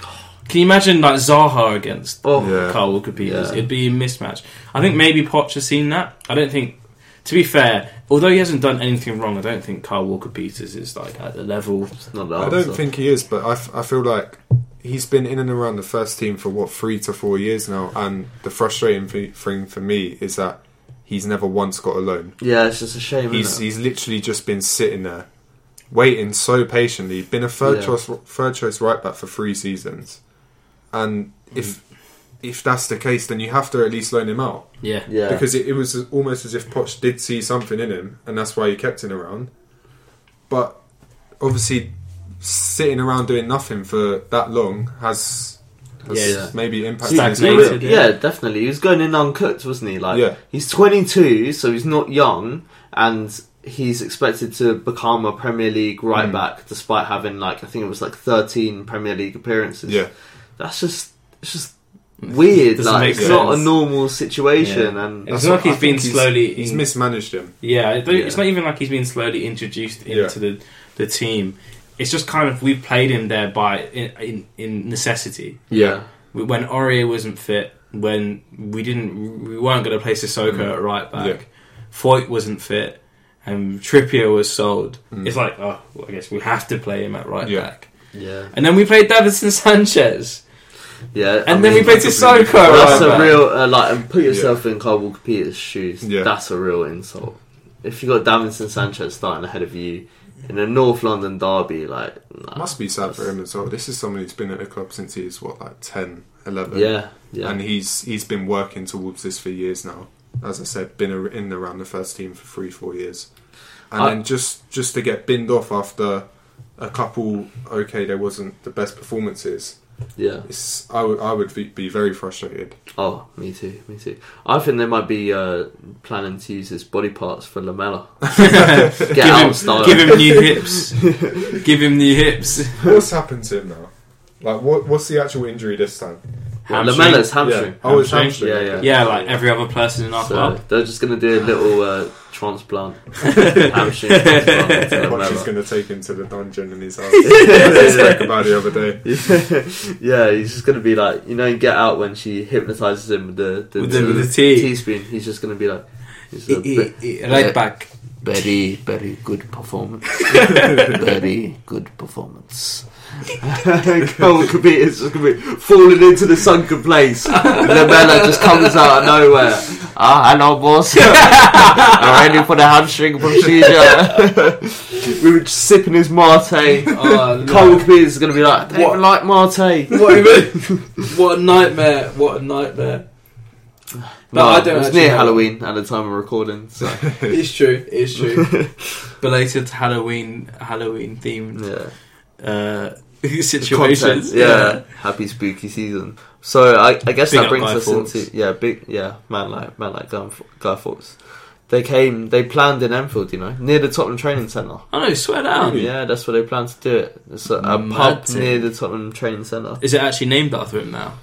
Can you imagine like Zaha against Oh, Yeah. Carl Walker Peters? Yeah. It'd be a mismatch. I think maybe Poch has seen that. I don't think. To be fair, although he hasn't done anything wrong, I don't think Carl Walker Peters is like at the level. it's not the I answer. don't think he is, but I, f- I feel like he's been in and around the first team for what three to four years now, and the frustrating thi- thing for me is that he's never once got a loan. Yeah, it's just a shame. He's He's, he's literally just been sitting there, waiting so patiently. Been a third Yeah. choice third choice right back for three seasons, and if if that's the case, then you have to at least loan him out Yeah, yeah, because it, it was almost as if Poch did see something in him, and that's why he kept him around. But obviously, sitting around doing nothing for that long has, has Yeah. maybe impacted He's his Stagnated. career. real- yeah, definitely. He was going in uncooked, wasn't he? Like, Yeah. he's 22, so he's not young, and he's expected to become a Premier League right Mm. back, despite having like I think it was like 13 Premier League appearances. Yeah, that's just it's just weird. Doesn't Like, make it's not a sense. normal situation, Yeah. and It's That's not what like he's I been think slowly He's in- mismanaged him. Yeah, I don't- Yeah. it's not even like he's been slowly introduced Yeah. into the, the team. It's just kind of we've played him there by in, in, in necessity. yeah, We- When Aurier wasn't fit, when we didn't, we weren't going to play Sissoko at right back. Yeah. Foyt wasn't fit, and Trippier was sold. It's like, oh, well, I guess we have to play him at right Yeah. back. yeah, And then we played Davison Sanchez, yeah. and then we played Sissoko. at That's right a back. *laughs* real uh, like, and put yourself in Carl Walker Peters' shoes. Yeah. That's a real insult. If you got Davinson Sanchez starting ahead of you in a North London derby, like nah. Must be sad for him as well. This is someone who's been at the club since he was what like 10, 11. yeah, yeah, and he's he's been working towards this for years now. As I said, been a, in and around the first team for three, four years. and I- then just just to get binned off after a couple. Okay, there wasn't the best performances. Yeah. It's, I would I would be, be very frustrated. Oh, me too. Me too. I think they might be uh, planning to use his body parts for Lamella. Get give, out him, style. give him new *laughs* hips. give him new hips. What's happened to him now? Like, what what's the actual injury this time? Well, Hamstring. Lamella's hamstring. Yeah. Oh, it's Hamstring. Yeah, hamstring. yeah. Yeah, like every other person in our So club. they're just gonna do a little uh, *laughs* transplant, hamstring transplant to Poch is Lamella. going to take him to the dungeon in his house. I spoke about the other day. yeah, *laughs* he's just gonna be like, you know, in Get Out when she hypnotizes him with the the, With the- with the tea. E, spoon. He's just gonna be like, he's a Eh, eh, bit- eh, Right Yeah. back. very very good performance, *laughs* very good *laughs* performance. Cole could be it's just gonna be falling into the sunken place. Lamella just comes out of nowhere. Ah, hello, *laughs* boss. I'm ready for the hamstring procedure. we *laughs* were just sipping his mate. Oh, no. Cole Beer is going to be like, I What? don't like Marte. What, do you mean? *laughs* what a nightmare! What a nightmare! No, I don't It was actually near know. Halloween at the time of recording. *laughs* So. It's true. It's true. *laughs* Belated Halloween, Halloween themed yeah. uh, *laughs* The situations. content, Yeah. happy spooky season. So I, I guess Big that up brings Guy us Fawkes. into yeah, big yeah, man like man like Guy, Guy Fawkes. They came, they planned in Enfield, you know, near the Tottenham training centre. I know. Swear down. Yeah, that's where they planned to do it. It's a, a Oh, Mad pub thing. near the Tottenham training centre Is it actually named after him now?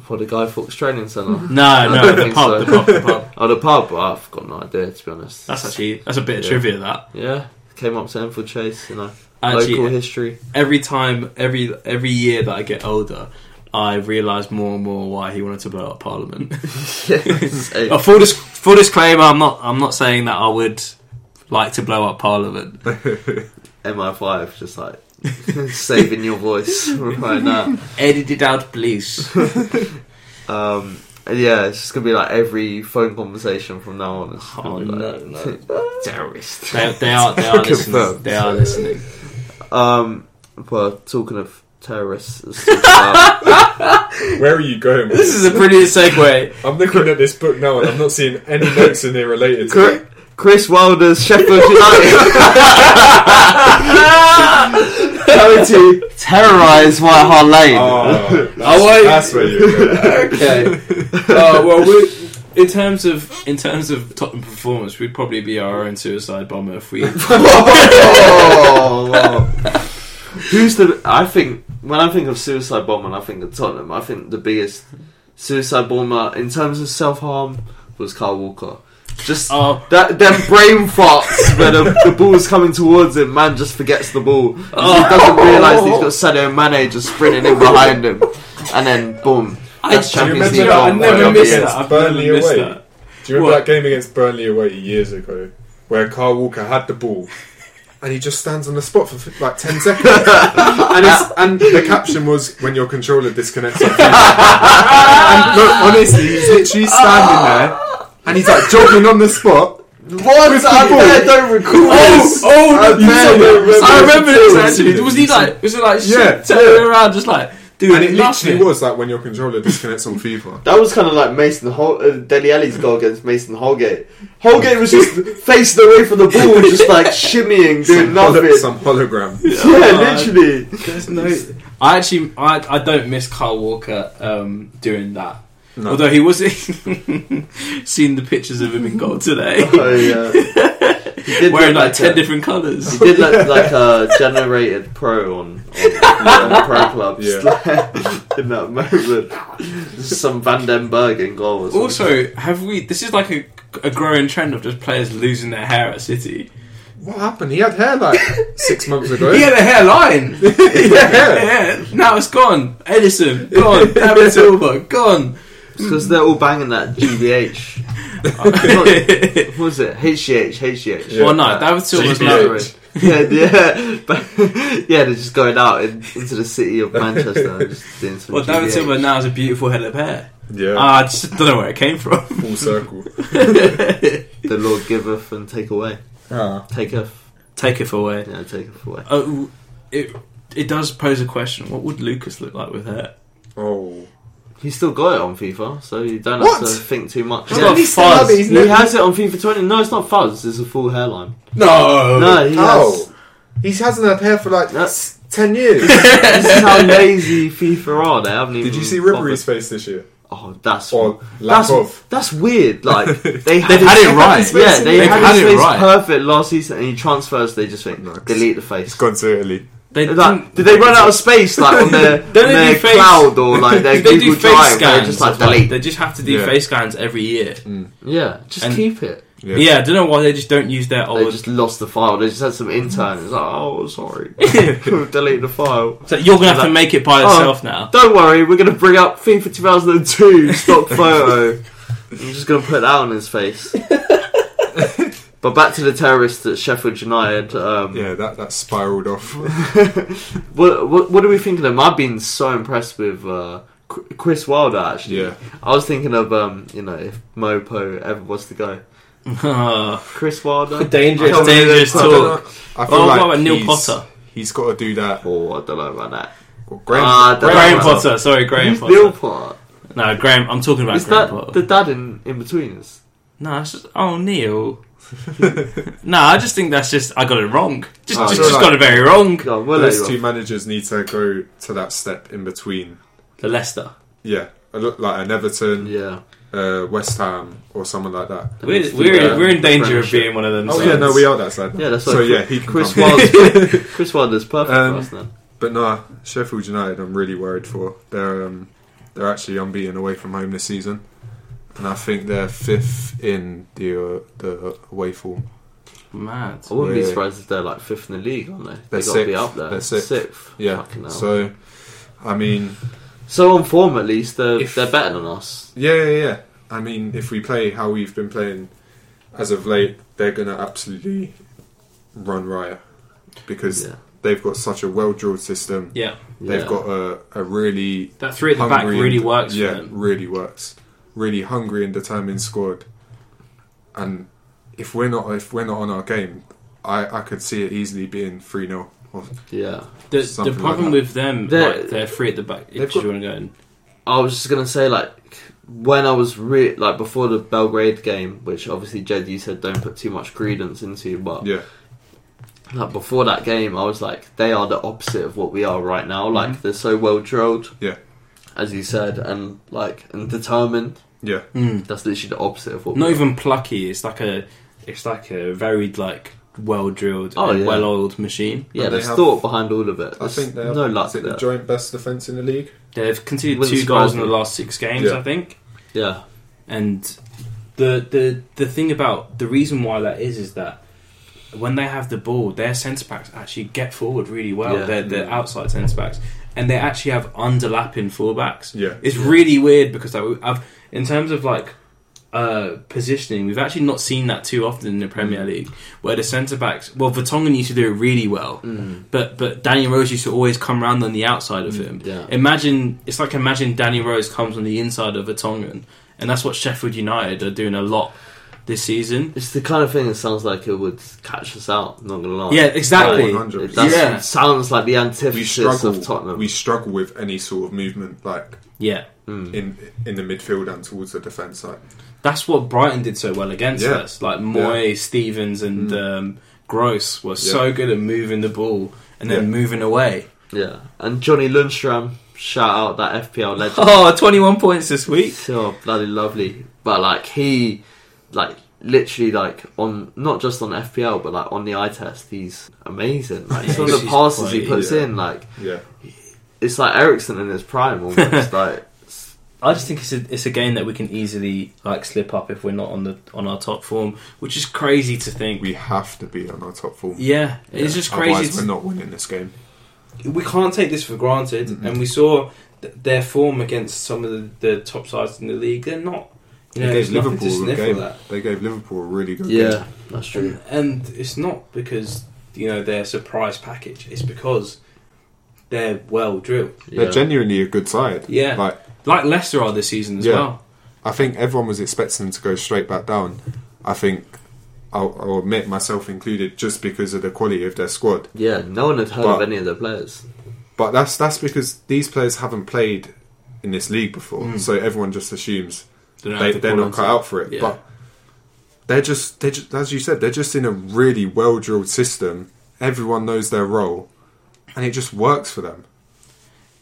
for the Guy Fawkes training centre. *laughs* No, I no, don't the think pub, so. the pub, the pub. *laughs* oh, the pub. Oh, I've got no idea to be honest. That's actually that's a bit of Yeah. trivia. That yeah. Came up to Enfield Chase, you know, actually, uh, local history. every time, every every year that I get older, I realise more and more why he wanted to blow *laughs* up Parliament. Uh, full, dis- full disclaimer: I'm not. I'm not saying that I would like to blow up Parliament. MI5, just like *laughs* saving your voice *laughs* right now. Edit it out, please. Um, and yeah, it's just gonna be like every phone conversation from now on. It's gonna Oh, be no, like, no. terrorist. They, they are. *laughs* They *laughs* are listening. Confirmed. They are listening. *laughs* Um, well, talking of terrorists, let's talk about- Where are you going? with This is a brilliant *laughs* segue. I'm looking at this book now and I'm not seeing *laughs* any notes in here related to Chris- it. Chris Wilder's Sheffield United coming to terrorise White Hart Lane. Oh, that's, Oh, wait. that's where you're going. *laughs* Okay. Uh, well, we in terms of in terms of Tottenham performance, we'd probably be our own suicide bomber if *laughs* we. Oh, wow. Who's the? I think when I think of suicide bomber, I think of Tottenham. I think the biggest suicide bomber in terms of self harm was Carl Walker. Just Oh. that them brain farts where the, the ball's coming towards him, man just forgets the ball. Oh. He doesn't realise he's got Sadio Mane just sprinting in behind him, and then boom. That's I- do you Champions League remember that? I bomb. never whatever missed it is. that. I've Burnley never missed away. that. Do you remember What? that game against Burnley away years ago where Carl Walker had the ball and he just stands on the spot for f- *laughs* like 10 seconds? and, it's, and the caption was, when your controller disconnects. your phone." and look, honestly, he's literally standing there and he's like jogging on the spot. What? I ball. I don't recall. Oh, this. oh! I you barely said that. I remember this I've actually. seen it. Was he like? Was it like? Yeah, shit, turning around, just like doing And it nothing? literally was like when your controller disconnects on FIFA. That was kind of like Mason Hol- uh, Deli Ali's goal against Mason Holgate. Holgate was just facing away from the ball, just like shimmying, doing Some, holo- nothing. some hologram. *laughs* Yeah, *laughs* literally. There's no. I actually, I, I don't miss Carl Walker um, doing that. No. Although he was *laughs* seen the pictures of him in goal today, Oh yeah. He did wearing look like ten a- different colours. *laughs* He did look like a generated pro on, on yeah, pro clubs Yeah. like, *laughs* in that moment. Just some Van Den Berg in goal. Or something. Also, have we? This is like a, a growing trend of just players losing their hair at City. What happened? He had hair like six months ago. *laughs* He had a *laughs* hairline. yeah. yeah, now it's gone. Edison *laughs* gone. David Silva gone. because they're all banging that *laughs* GBH. Oh, Not- what was it? HGH, HGH. Yeah. Well, no, David Silva's GBH. *laughs* not. yeah, yeah, but, *laughs* yeah. They're just going out in, into the city of Manchester, and just doing some. Well, David GBH. Silva now has a beautiful head of hair. Ah, Yeah. I just don't know where it came from. *laughs* full circle. The Lord giveth and take away, Ah. taketh, *laughs* Take it away. yeah, taketh away. Oh, it it does pose a question. What would Lucas look like with hair? Oh. He's still got it on FIFA, so you don't What? have to think too much. It's Yeah. not fuzz. He has it on FIFA 20. No, it's not fuzz. It's a *laughs* full hairline. No. No, he has. Oh, he hasn't had hair for like That's- ten *laughs* years. this is how lazy FIFA are. They haven't even. Did you see bothered. Ribery's face this year? Oh, that's Or lack that's of? that's weird. *laughs* Like they They've had it right. Yeah, they They've had, had his it face right. perfect last season, and he transfers. They just think No, 'cause- delete the face. gone to Italy. They Like, did they run out of space like on their, on *laughs* Don't they their do face- cloud or *laughs* like their Did they Google do face Drive? They scans. just like of, like, delete. they just have to do Yeah. face scans every year. yeah, just And- keep it. Yeah. Yeah. I don't know why they just don't use their They old. just lost the file. They just had some intern. It's like, oh, *laughs* sorry, delete the file. So you're gonna have Like- to make it by Oh. yourself *laughs* now. *laughs* Don't worry, we're gonna bring up FIFA 2002 stock photo. I'm just gonna put that on his *laughs* face. but back to the terrorists at Sheffield United. Um, Yeah, that that spiraled *laughs* off. what, what what do we think of them? I've been so impressed with uh, Qu- Chris Wilder. Actually, yeah, I was thinking of um, you know if Mopo ever was to go, Ah, Chris *laughs* Wilder. Dangerous. Come on, dangerous I I, don't talk. know. I feel Oh, like what about Neil he's- Potter? He's got to do that. Oh, I don't know about that. Well, Graham, Ah, *laughs* that- Graham Graham Potter. Sorry, Graham Who's Potter. Neil Potter? No, Graham. I'm talking about Is Graham that Potter. the dad in in between us? No, that's just, oh Neil. no, I just think that's just I got it wrong. Just, Oh, just, you're just right. got it very wrong. God, *laughs* well, those there two you are. managers need to go to that step in between. The Leicester. Yeah, I look like an Everton, yeah. uh, West Ham, or someone like that. We're, It's the, we're, uh, we're in danger of Premiership. being one of them. Oh sides. yeah, no, we are that side. Yeah, that's so. what- Yeah, he can Chris Chris *laughs* Wilder's, Chris Wilder's perfect Um, for us then. But nah, Sheffield United, I'm really worried for. They're um, they're actually unbeaten away from home this season, and I think they're fifth in the uh, the away form. Mad. I wouldn't be yeah. surprised if they're like fifth in the league, aren't they? They're They got to be sixth. up there. They're sixth. Yeah, Fucking hell. So, so I mean, on form at least, they're If- they're better than us. yeah, yeah, yeah. I mean, if we play how we've been playing as of late, they're gonna absolutely run riot because Yeah. they've got such a well drilled system. Yeah, They've Yeah. got a, a really that three at the back hungry really and- works Yeah, for them. really works. Really hungry and determined squad. And if we're not if we're not on our game, I, I could see it easily being three 0 Yeah. The, Something the like problem that. with them, They're- like, they're free at the back. They've If you got- want to go in, I was just gonna say like when I was re- like before the Belgrade game, which obviously Jed you said don't put too much credence into, but Yeah. like before that game, I was like, they are the opposite of what we are right now. Like they're so well drilled. Mm-hmm. Yeah. As you said, and like and determined. Yeah. That's literally the opposite of what. not we even plucky. It's like a, it's like a very like well drilled, Oh, yeah. well oiled machine. Are. Yeah, But they there's have- thought behind all of it. I There's think they're no luck is it there. the joint best defence in the league. They've conceded Wouldn't two surprise goals in the me. last six games, Yeah. I think. yeah, And the the the thing about the reason why that is is that when they have the ball, their centre backs actually get forward really well. Yeah. They're, they're outside centre backs, and they actually have underlapping fullbacks. Yeah. It's really weird because like, I've in terms of like uh, positioning, we've actually not seen that too often in the Premier League, where the centre backs. Well, Vertonghen used to do it really well, but but Danny Rose used to always come round on the outside of him. yeah. Imagine it's like imagine Danny Rose comes on the inside of Vertonghen, and that's what Sheffield United are doing a lot this season. it's the kind of thing that sounds like it would catch us out. Not gonna lie. Yeah, exactly. Yeah, Like, 100%. it does- Yeah. it sounds like the We antithesis of struggle Tottenham. we struggle with any sort of movement like Yeah, Mm. in in the midfield and towards the defence side. that's what Brighton did so well against Yeah. us. Like Moy, Stevens, and um, Gross were so good at moving the ball and then Yeah. moving away. yeah, and Johnny Lundstrom, shout out that FPL legend. *laughs* Oh, 21 points this week. So bloody lovely. But like he, like literally like on not just on FPL but like on the eye test, he's amazing. Like some of the He's passes he quite- puts yeah. in, like Yeah. it's like Ericsson in his prime *laughs* almost. like I just think it's a, it's a game that we can easily like slip up if we're not on the on our top form, which is crazy to think. We have to be on our top form. yeah, it's just crazy. Otherwise to we're not winning this game. we can't take this for granted. And we saw th- their form against some of the, the top sides in the league. They're not. You know, they there's gave nothing to Liverpool a sniff game. at. They gave Liverpool a really good game. yeah, that's true. And, and it's not because you know they're a surprise package. It's because they're well drilled. Yeah. They're genuinely a good side. Yeah. Like Like Leicester are this season as Yeah. well. I think everyone was expecting them to go straight back down. I think I'll, I'll admit, myself included, just because of the quality of their squad. Yeah, no one had heard of But- *laughs* any of their players. But that's that's because these players haven't played in this league before, Mm. so everyone just assumes Don't have they, to they're pull not cut into- out for it. Yeah. But they're just, they're just, as you said, they're just in a really well drilled system. Everyone knows their role, and it just works for them.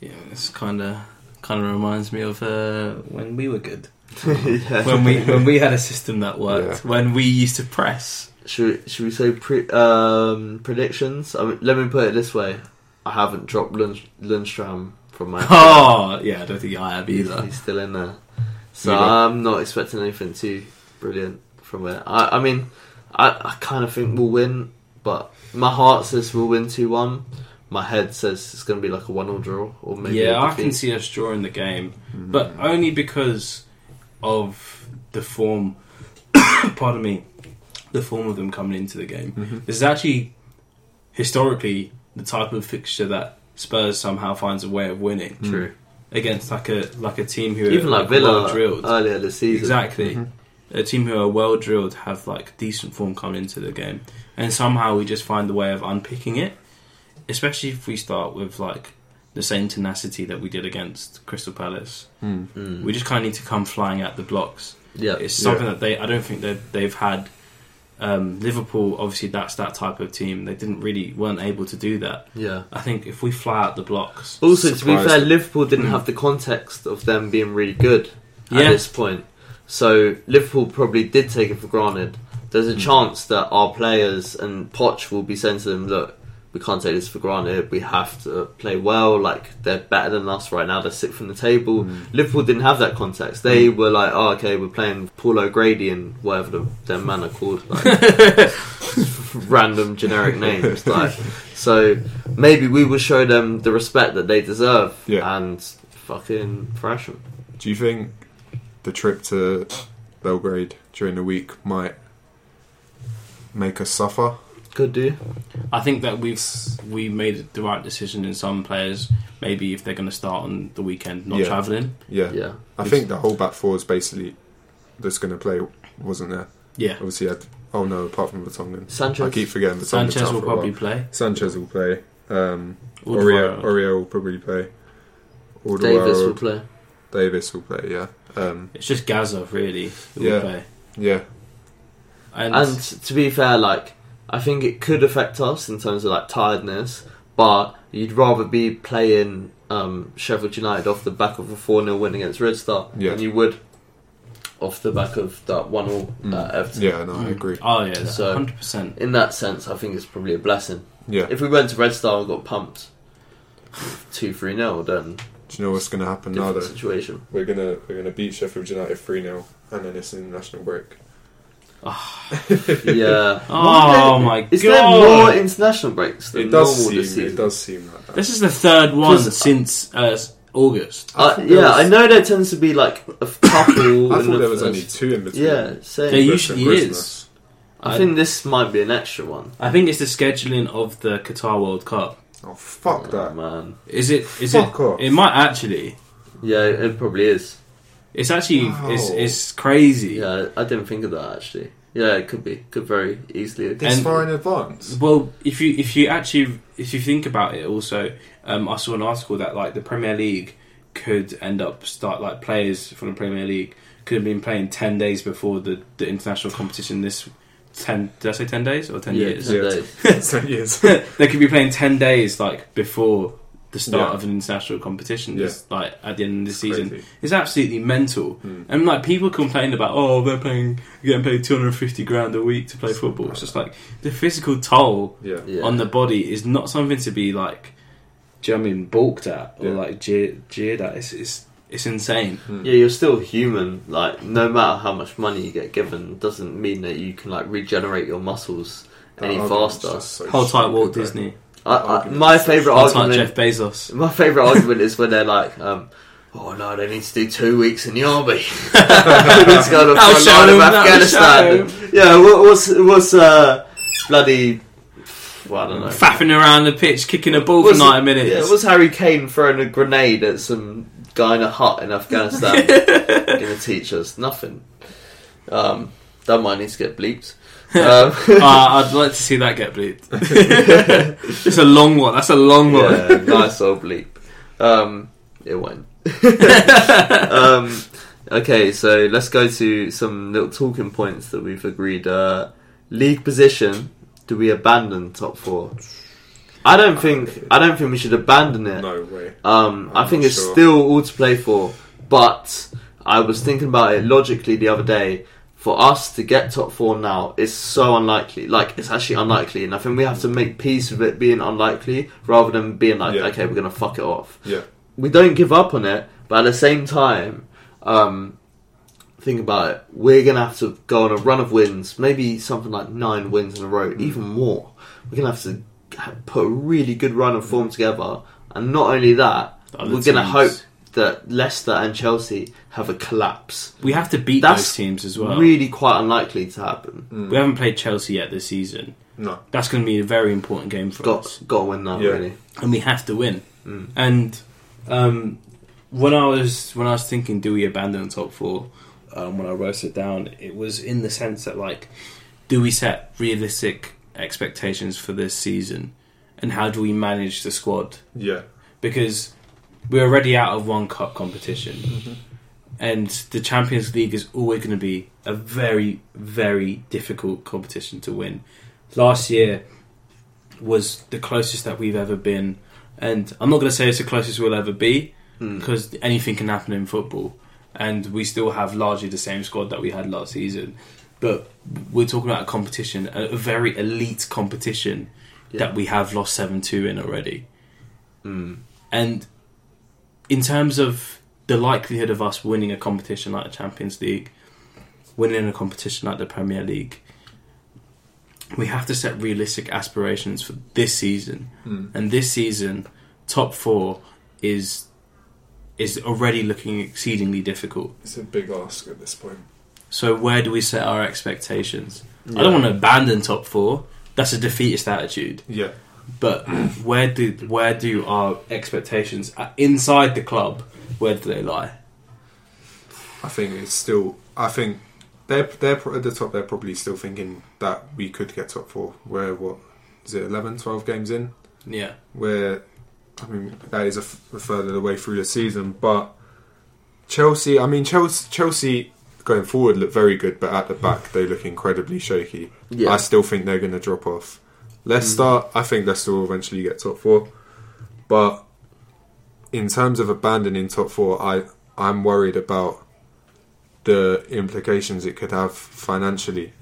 Yeah, this kind of kind of reminds me of uh, when we *laughs* were good. yeah. when we when we had a system that worked. When we used to press. Should should we say pre, um, predictions? I mean, let me put it this way: I haven't dropped Lund, Lundstrom *laughs* from my. Oh yeah, I don't think I have he's, either. he's still in there, so Neither. I'm not expecting anything too brilliant from it. I, I mean, I, I kind of think we'll win, but my heart says we'll win two one. My head says it's going to be like a one all draw or maybe a yeah, I defeat. Mm. can see us drawing the game, but only because of the form. *coughs* pardon me, the form of them coming into the game. Mm-hmm. This is actually historically the type of fixture that Spurs somehow finds a way of winning. True. against like a like a team who Even are like well Villa uh, drilled. earlier this season. Exactly. Mm-hmm. A team who are well drilled have like decent form coming into the game, and somehow we just find the way of unpicking it. Especially if we start with like the same tenacity that we did against Crystal Palace, Mm. we just kind of need to come flying at the blocks. Yeah, It's something that they I don't think that they've had. Um, Liverpool, obviously, that's that type of team. They didn't really weren't able to do that. yeah. I think if we fly out the blocks, Also, to be Surprised fair, that- Liverpool didn't Mm. have the context of them being really good Yeah. at this point. So Liverpool probably did take it for granted. There's a chance that our players and Poch will be saying to them, "Look, we can't take this for granted. We have to play well. Like they're better than us right now. They're sixth on the table." Liverpool didn't have that context. They were like, "Oh, okay, we're playing Paul O'Grady and whatever the, their man are called." Like, *laughs* random generic names. Like, so maybe we will show them the respect that they deserve Yeah. and fucking thrash them. Do you think the trip to Belgrade during the week might make us suffer? Could do. I think that we've we made the right decision in some players. Maybe if they're going to start on the weekend, not Yeah. traveling. Yeah. Yeah. I think the whole back four is basically that's going to play wasn't there. Yeah, Obviously, had, oh no, apart from Vertonghen, Sanchez. I keep forgetting Vertonghen's Sanchez out will for a while. probably play. Sanchez will play. Um, Oreo, Alderweireld. Oreo will probably play. Alderweireld, Davis will play. Davis will play. Yeah, um, It's just Gaza really who Yeah. will play. yeah, And, And to be fair, like I think it could affect us in terms of like tiredness, but you'd rather be playing um, Sheffield United off the back of a four 0 win against Red Star Yeah. than you would off the back of that one all Mm. Mm. uh, Everton. yeah. No, I agree. oh yeah, So- hundred percent. In that sense, I think it's probably a blessing. Yeah. If we went to Red Star and got pumped two three 0 then Do you know what's going to happen now? different Though *laughs* situation. we're gonna we're gonna beat Sheffield United three 0 and then it's in the national break. Yeah. Oh my Is there god! more international breaks than It does normal seem this season? it does seem like that. this is the third one 'Cause- since uh, August. Uh, think there yeah, was- I know there tends to be like *coughs* a f- couple. I and thought a there was f- only two in between. Yeah, same. There Christmas usually and is. Christmas. I think this might be an extra one. I think it's the scheduling of the Qatar World Cup. Oh fuck Oh, that! man. Is it? Is Fuck it? off. It might actually. Yeah, it probably is. It's actually. Wow. It's, it's crazy. Yeah, I didn't think of that actually. Yeah, it could be. Could very easily. This And- far in *laughs* advance. *laughs* Well, if you if you actually if you think about it, also, um, I saw an article that like the Premier League could end up start like players from the Premier League could have been playing ten days before the, the international competition. This ten did I say ten days or ten yeah, years? ten Yeah. days. Ten years. *laughs* they could be playing ten days like before the start Yeah. of an international competition. Yeah. This, like at the end of the season, Crazy. Hmm. it's absolutely mental. And like people complain about, oh, they're paying getting paid two hundred and fifty grand a week to play football. It's just like the physical toll Yeah. Yeah. on the body is not something to be like, do you know what I mean, balked at or Yeah. like jeered, jeered at. It's, it's it's insane. Yeah, you're still human. Like, no matter how much money you get given, doesn't mean that you can like regenerate your muscles That any argument's faster. just so Hold tight, Walt stupid, though. Disney. I, I, argument. my favorite Hold tight, argument. Jeff *laughs* Bezos. My favourite argument is when they're like, um, "Oh no, they need to do two weeks in the army. *laughs* they need to go on a That'll front show line of them, that'll Afghanistan." Yeah, what, what's what's uh, bloody? Well, I don't know. Faffing around the pitch, kicking a ball for What's- ninety minutes. Yeah, was Harry Kane throwing a grenade at some guy in a hut in Afghanistan? *laughs* Going to teach us nothing. Um, that might need to get *laughs* bleeped. Um, Uh, I'd like to see that *laughs* get bleeped. it's a long one. That's a long one. *laughs* yeah, nice old bleep. Um, it won't. *laughs* um, okay, so let's go to some little talking points that we've agreed. Uh, league position: Do we abandon top four? I don't think I don't think we should abandon it. No way. Uh, Um, I I'm think not it's sure. still all to play for, but I was thinking about it logically the other day. For us to get top four now is so unlikely. Like it's actually unlikely, and I think we have to make peace with it being unlikely rather than being like, Yeah. okay, we're gonna fuck it off Yeah. we don't give up on it, but at the same time, um, think about it. We're gonna have to go on a run of wins, maybe something like nine wins in a row, Hmm. even more. We're gonna have to ha- put a really good run of form together, and not only that, Other we're gonna teams. hope that Leicester and Chelsea have a collapse. We have to beat That's those teams as well. Really, quite unlikely to happen. We haven't played Chelsea yet this season. No. That's going to be a very important game for Got us, got to win that Yeah. really. and we have to win. And um, when I was when I was thinking, do we abandon the top four? Um, when I wrote it down, it was in the sense that like, do we set realistic expectations for this season, and how do we manage the squad? Yeah. because we're already out of one cup competition, and the Champions League is always going to be a very, very difficult competition to win. Last year was the closest that we've ever been, and I'm not going to say it's the closest we'll ever be because anything can happen in football, and we still have largely the same squad that we had last season. But we're talking about a competition, a a very elite competition Yeah. that we have lost 7 2 in already. And in terms of the likelihood of us winning a competition like the Champions League, winning a competition like the Premier League, we have to set realistic aspirations for this season. And this season, top four is is already looking exceedingly difficult. It's a big ask at this point. So where do we set our expectations? I don't want to abandon top four. That's a defeatist attitude Yeah. but where do where do our expectations uh, inside the club where do they lie I think it's still. I think they're they're pro- at the top. They're probably still thinking that we could get top four. We're what is it? 11, 12 games in. yeah Where I mean that is a, f- a third of the way through the season. But Chelsea. I mean Chelsea. Chelsea going forward look very good, but at the back they look incredibly shaky. Yeah. I still think they're going to drop off. Leicester. I think Leicester will eventually get top four, but in terms of abandoning top four, I I'm worried about the implications it could have financially.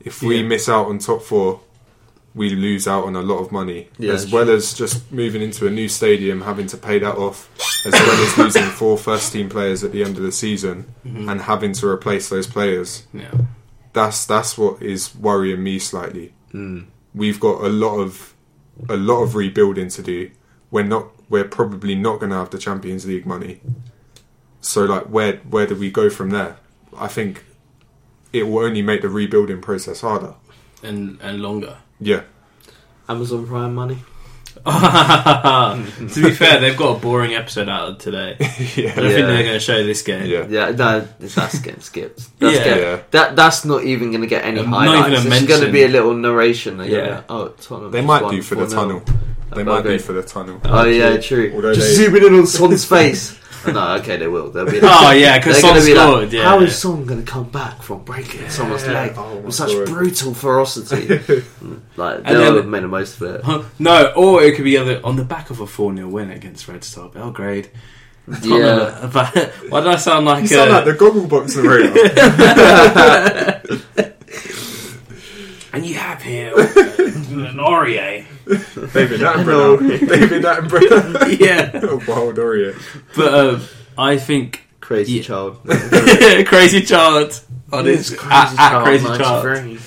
If we Yeah. miss out on top four, we lose out on a lot of money, Yeah, as well as just moving into a new stadium, having to pay that off, as well as losing four first team players at the end of the season and having to replace those players yeah that's that's what is worrying me slightly. We've got a lot of a lot of rebuilding to do. We're not we're probably not going to have the Champions League money. So like where where do we go from there? I think it will only make the rebuilding process harder. and and longer *laughs* Yeah. *laughs* Amazon Prime money. to be fair they've got a boring episode out today i yeah. don't think Yeah. they're going to show this game Yeah. Yeah, no, that's getting *laughs* skipped. That's Yeah. getting- Yeah. that that's not even going to get any Not highlights. even a it's going to mention. be a little narration. They're gonna Yeah. be like, oh, Tottenham. They just might won do for the 4-0. tunnel. They About might do it. for the tunnel. Oh yeah, true. Although Just they- zooming in on Son's face. *laughs* no, okay, they will. They'll be. *laughs* oh yeah because They're gonna Son be like, scored yeah How is Son going to come back from breaking someone's Yeah. leg Oh, my with such God. brutal *laughs* ferocity? Mm, like And they'll then- have made the most *laughs* of it. Huh, no or it could be other on the back of a 4-0 win against red star belgrade Yeah, *laughs* why did i sound like You sound uh, like the goggle box *laughs* narrator. and you have here *laughs* an Aurier. David Attenborough. David Attenborough. *laughs* *laughs* *laughs* yeah Wild Oreo. but um, i think *laughs* crazy Yeah. child. crazy child on his Crazy at, at Child crazy child. 93.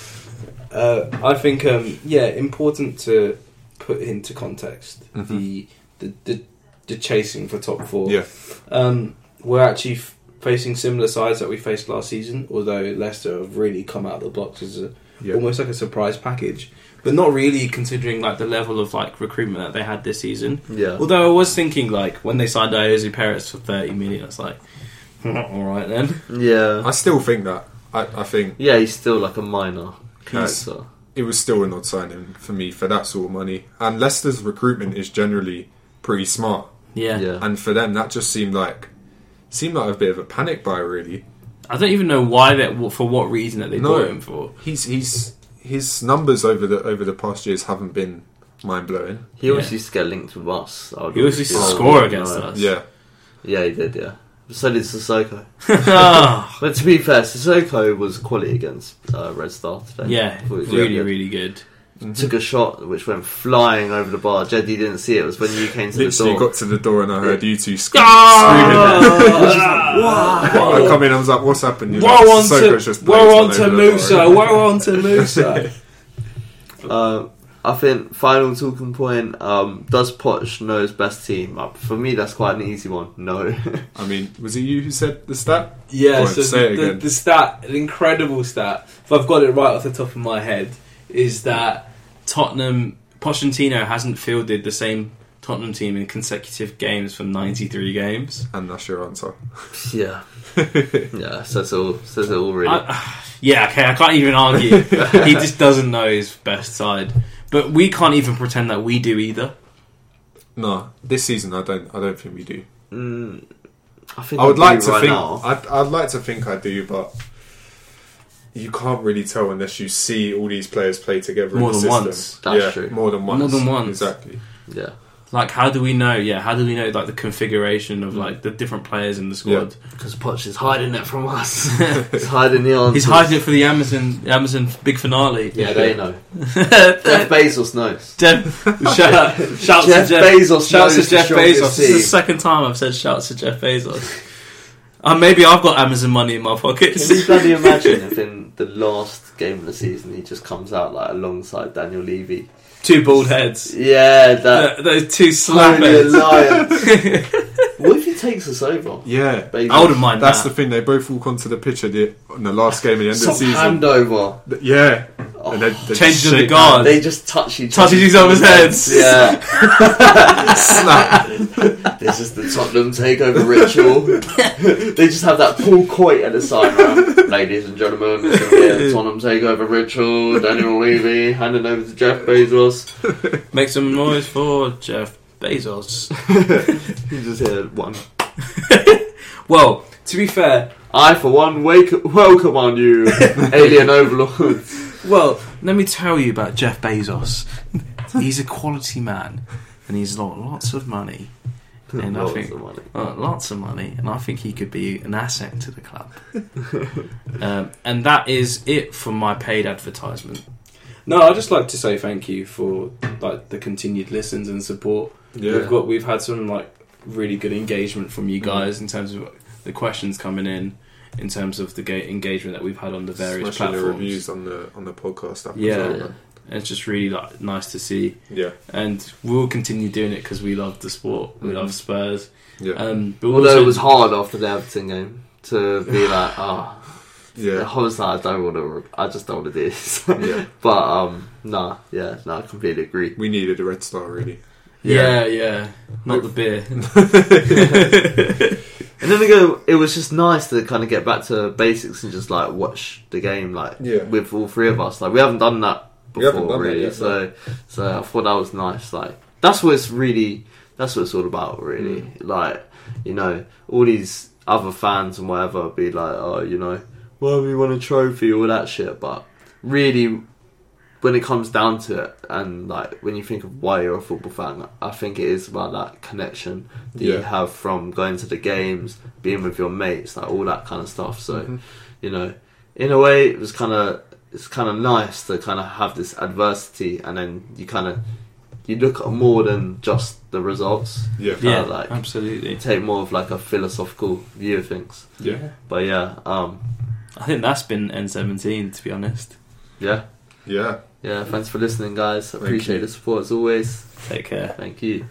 Uh, I think um, yeah, important to put into context Mm-hmm. the, the the the chasing for top four. Yeah. um, we're actually f- facing similar sides that we faced last season, although Leicester have really come out of the blocks as a, Yeah. almost like a surprise package. But not really considering like the level of like recruitment that they had this season. Yeah. Although I was thinking like when they signed Iose Perez for thirty million, I was like, "Hmm, all right then. Yeah, I still think that. I, I think yeah. He's still like a minor character. it was still an odd signing for me for that sort of money. And Leicester's recruitment is generally pretty smart. Yeah. yeah. And for them, that just seemed like seemed like a bit of a panic buy. Really, I don't even know why that for what reason that they No. bought him *laughs* for. *laughs* he's he's his numbers over the over the past years haven't been mind blowing. He always Yeah. used to get linked with us. I would He always used to always be score like, against no. us. Yeah, Yeah, he did. Yeah. So did Sissoko. yeah, But to be fair, Sissoko was quality against uh, Red Star today. I *laughs* thought he was really, good. really good. Took a shot which went flying over the bar. Jedi didn't see it. It was when you came to literally the door. got to the door and I heard you two scream. I Woe come in, I was like, "What's happened?" You're like, on Sissoko's to just woe blazed on to all over the Musa, bar. woe on to *laughs* Musa. Uh, I think final talking point. Um, does Poch know his best team? Uh, for me, that's quite an easy one. No. *laughs* I mean, was it you who said the stat? Go Yeah, on, so say it the, the, again. the stat, an incredible stat, if I've got it right off the top of my head, is that Tottenham Pochettino hasn't fielded the same Tottenham team in consecutive games for 93 games. And that's your answer. yeah. Yeah. Says it all. Says it all. Really. I- *sighs* yeah, okay, I can't even argue. he *laughs* just doesn't know his best side. But we can't even pretend that we do either. No, this season I don't. I don't think we do. Mm, I think I would do like to right think. now. I'd, I'd like to think I do, but you can't really tell unless you see all these players play together More in the than system. once. That's yeah, true. More than once. More than once. Exactly. Yeah. Like, how do we know? Yeah, how do we know like the configuration of like the different players in the squad? Because Poch is hiding it from us. He's hiding the answers. *laughs* He's hiding it for the Amazon Amazon big finale. Yeah, they know. *laughs* Jeff Jeff, Bezos knows. *laughs* shout, shout Jeff to Jeff. Bezos Shout knows to the Jeff strongest Bezos. This is the team. second time I've said shout to Jeff Bezos. Uh, maybe I've got Amazon money in my pockets. Can you bloody imagine if in the last game of the season he just comes out like alongside Daniel Levy? *laughs* two bald heads. Yeah, that Th- those two slap holy heads. *laughs* alliance. what if he takes us over? Yeah. Bezos? I wouldn't mind That's that. the thing. They both walk onto the pitch at the, on the last game at the end of the Some season. handover. Th- Yeah. Oh, And they, they Change of the shake guard. they just touch each Touch each other's heads. Yeah, hands, *laughs* Snap. this is the Tottenham takeover *laughs* ritual. they just have that Paul Coit at the side. round. Ladies and gentlemen, it's gonna be *laughs* a Tottenham takeover ritual. Daniel Levy handing over to Jeff Bezos. Make some noise for Jeff Bezos. *laughs* You just hear one. Well, to be fair, I, for one, wake welcome on *laughs* you, alien overlords. well, let me tell you about Jeff Bezos. He's a quality man, and he's got lots of money. And I Lots think- of money. uh, lots of money, and I think he could be an asset to the club. *laughs* um, and that is it for my paid advertisement. no, I'd just like to say thank you for like the continued listens and support. Yeah. We've Yeah. got, we've had some like really good engagement from Mm. you guys in terms of The questions coming in, in terms of the ga- engagement that we've had on the various Smashing the platforms, reviews on the on the podcast app. Yeah. As well, man. and it's just really like, nice to see. Yeah. And we'll continue doing it because we love the sport, we Mhm. love Spurs. Yeah. Um, but Although also- it was hard after the Everton game to be like, ah, yeah. I *laughs* was like, I don't want to, I just don't want to do this. Yeah. *laughs* but um, nah, yeah, nah, I completely agree. We needed a red star, really. yeah, yeah, not the beer. *laughs* *laughs* And then again, it was just nice to kind of get back to basics and just like watch the game, like Yeah. with all three of us. Like we haven't done that We haven't before, done that really. yet, so, so I thought that was nice. Like that's what it's really, that's what it's all about, really. Mm. Like you know, all these other fans and whatever be like, oh, you know, well, we won a trophy, all that shit. But really, when it comes down to it, and like when you think of why you're a football fan, I think it is about that connection that you Yeah. have from going to the games, being with your mates, like all that kind of stuff. So, Mm-hmm. you know, in a way, it was kind of it's kind of nice to kind of have this adversity, and then you kind of you look at more than just the results. Yeah. yeah, like- absolutely. You take more of like a philosophical view of things. Yeah. But yeah, um, I think that's been N17 to be honest. yeah, Yeah. yeah. Thanks for listening, guys. Thank Appreciate you. the support as always. Take care. Thank you.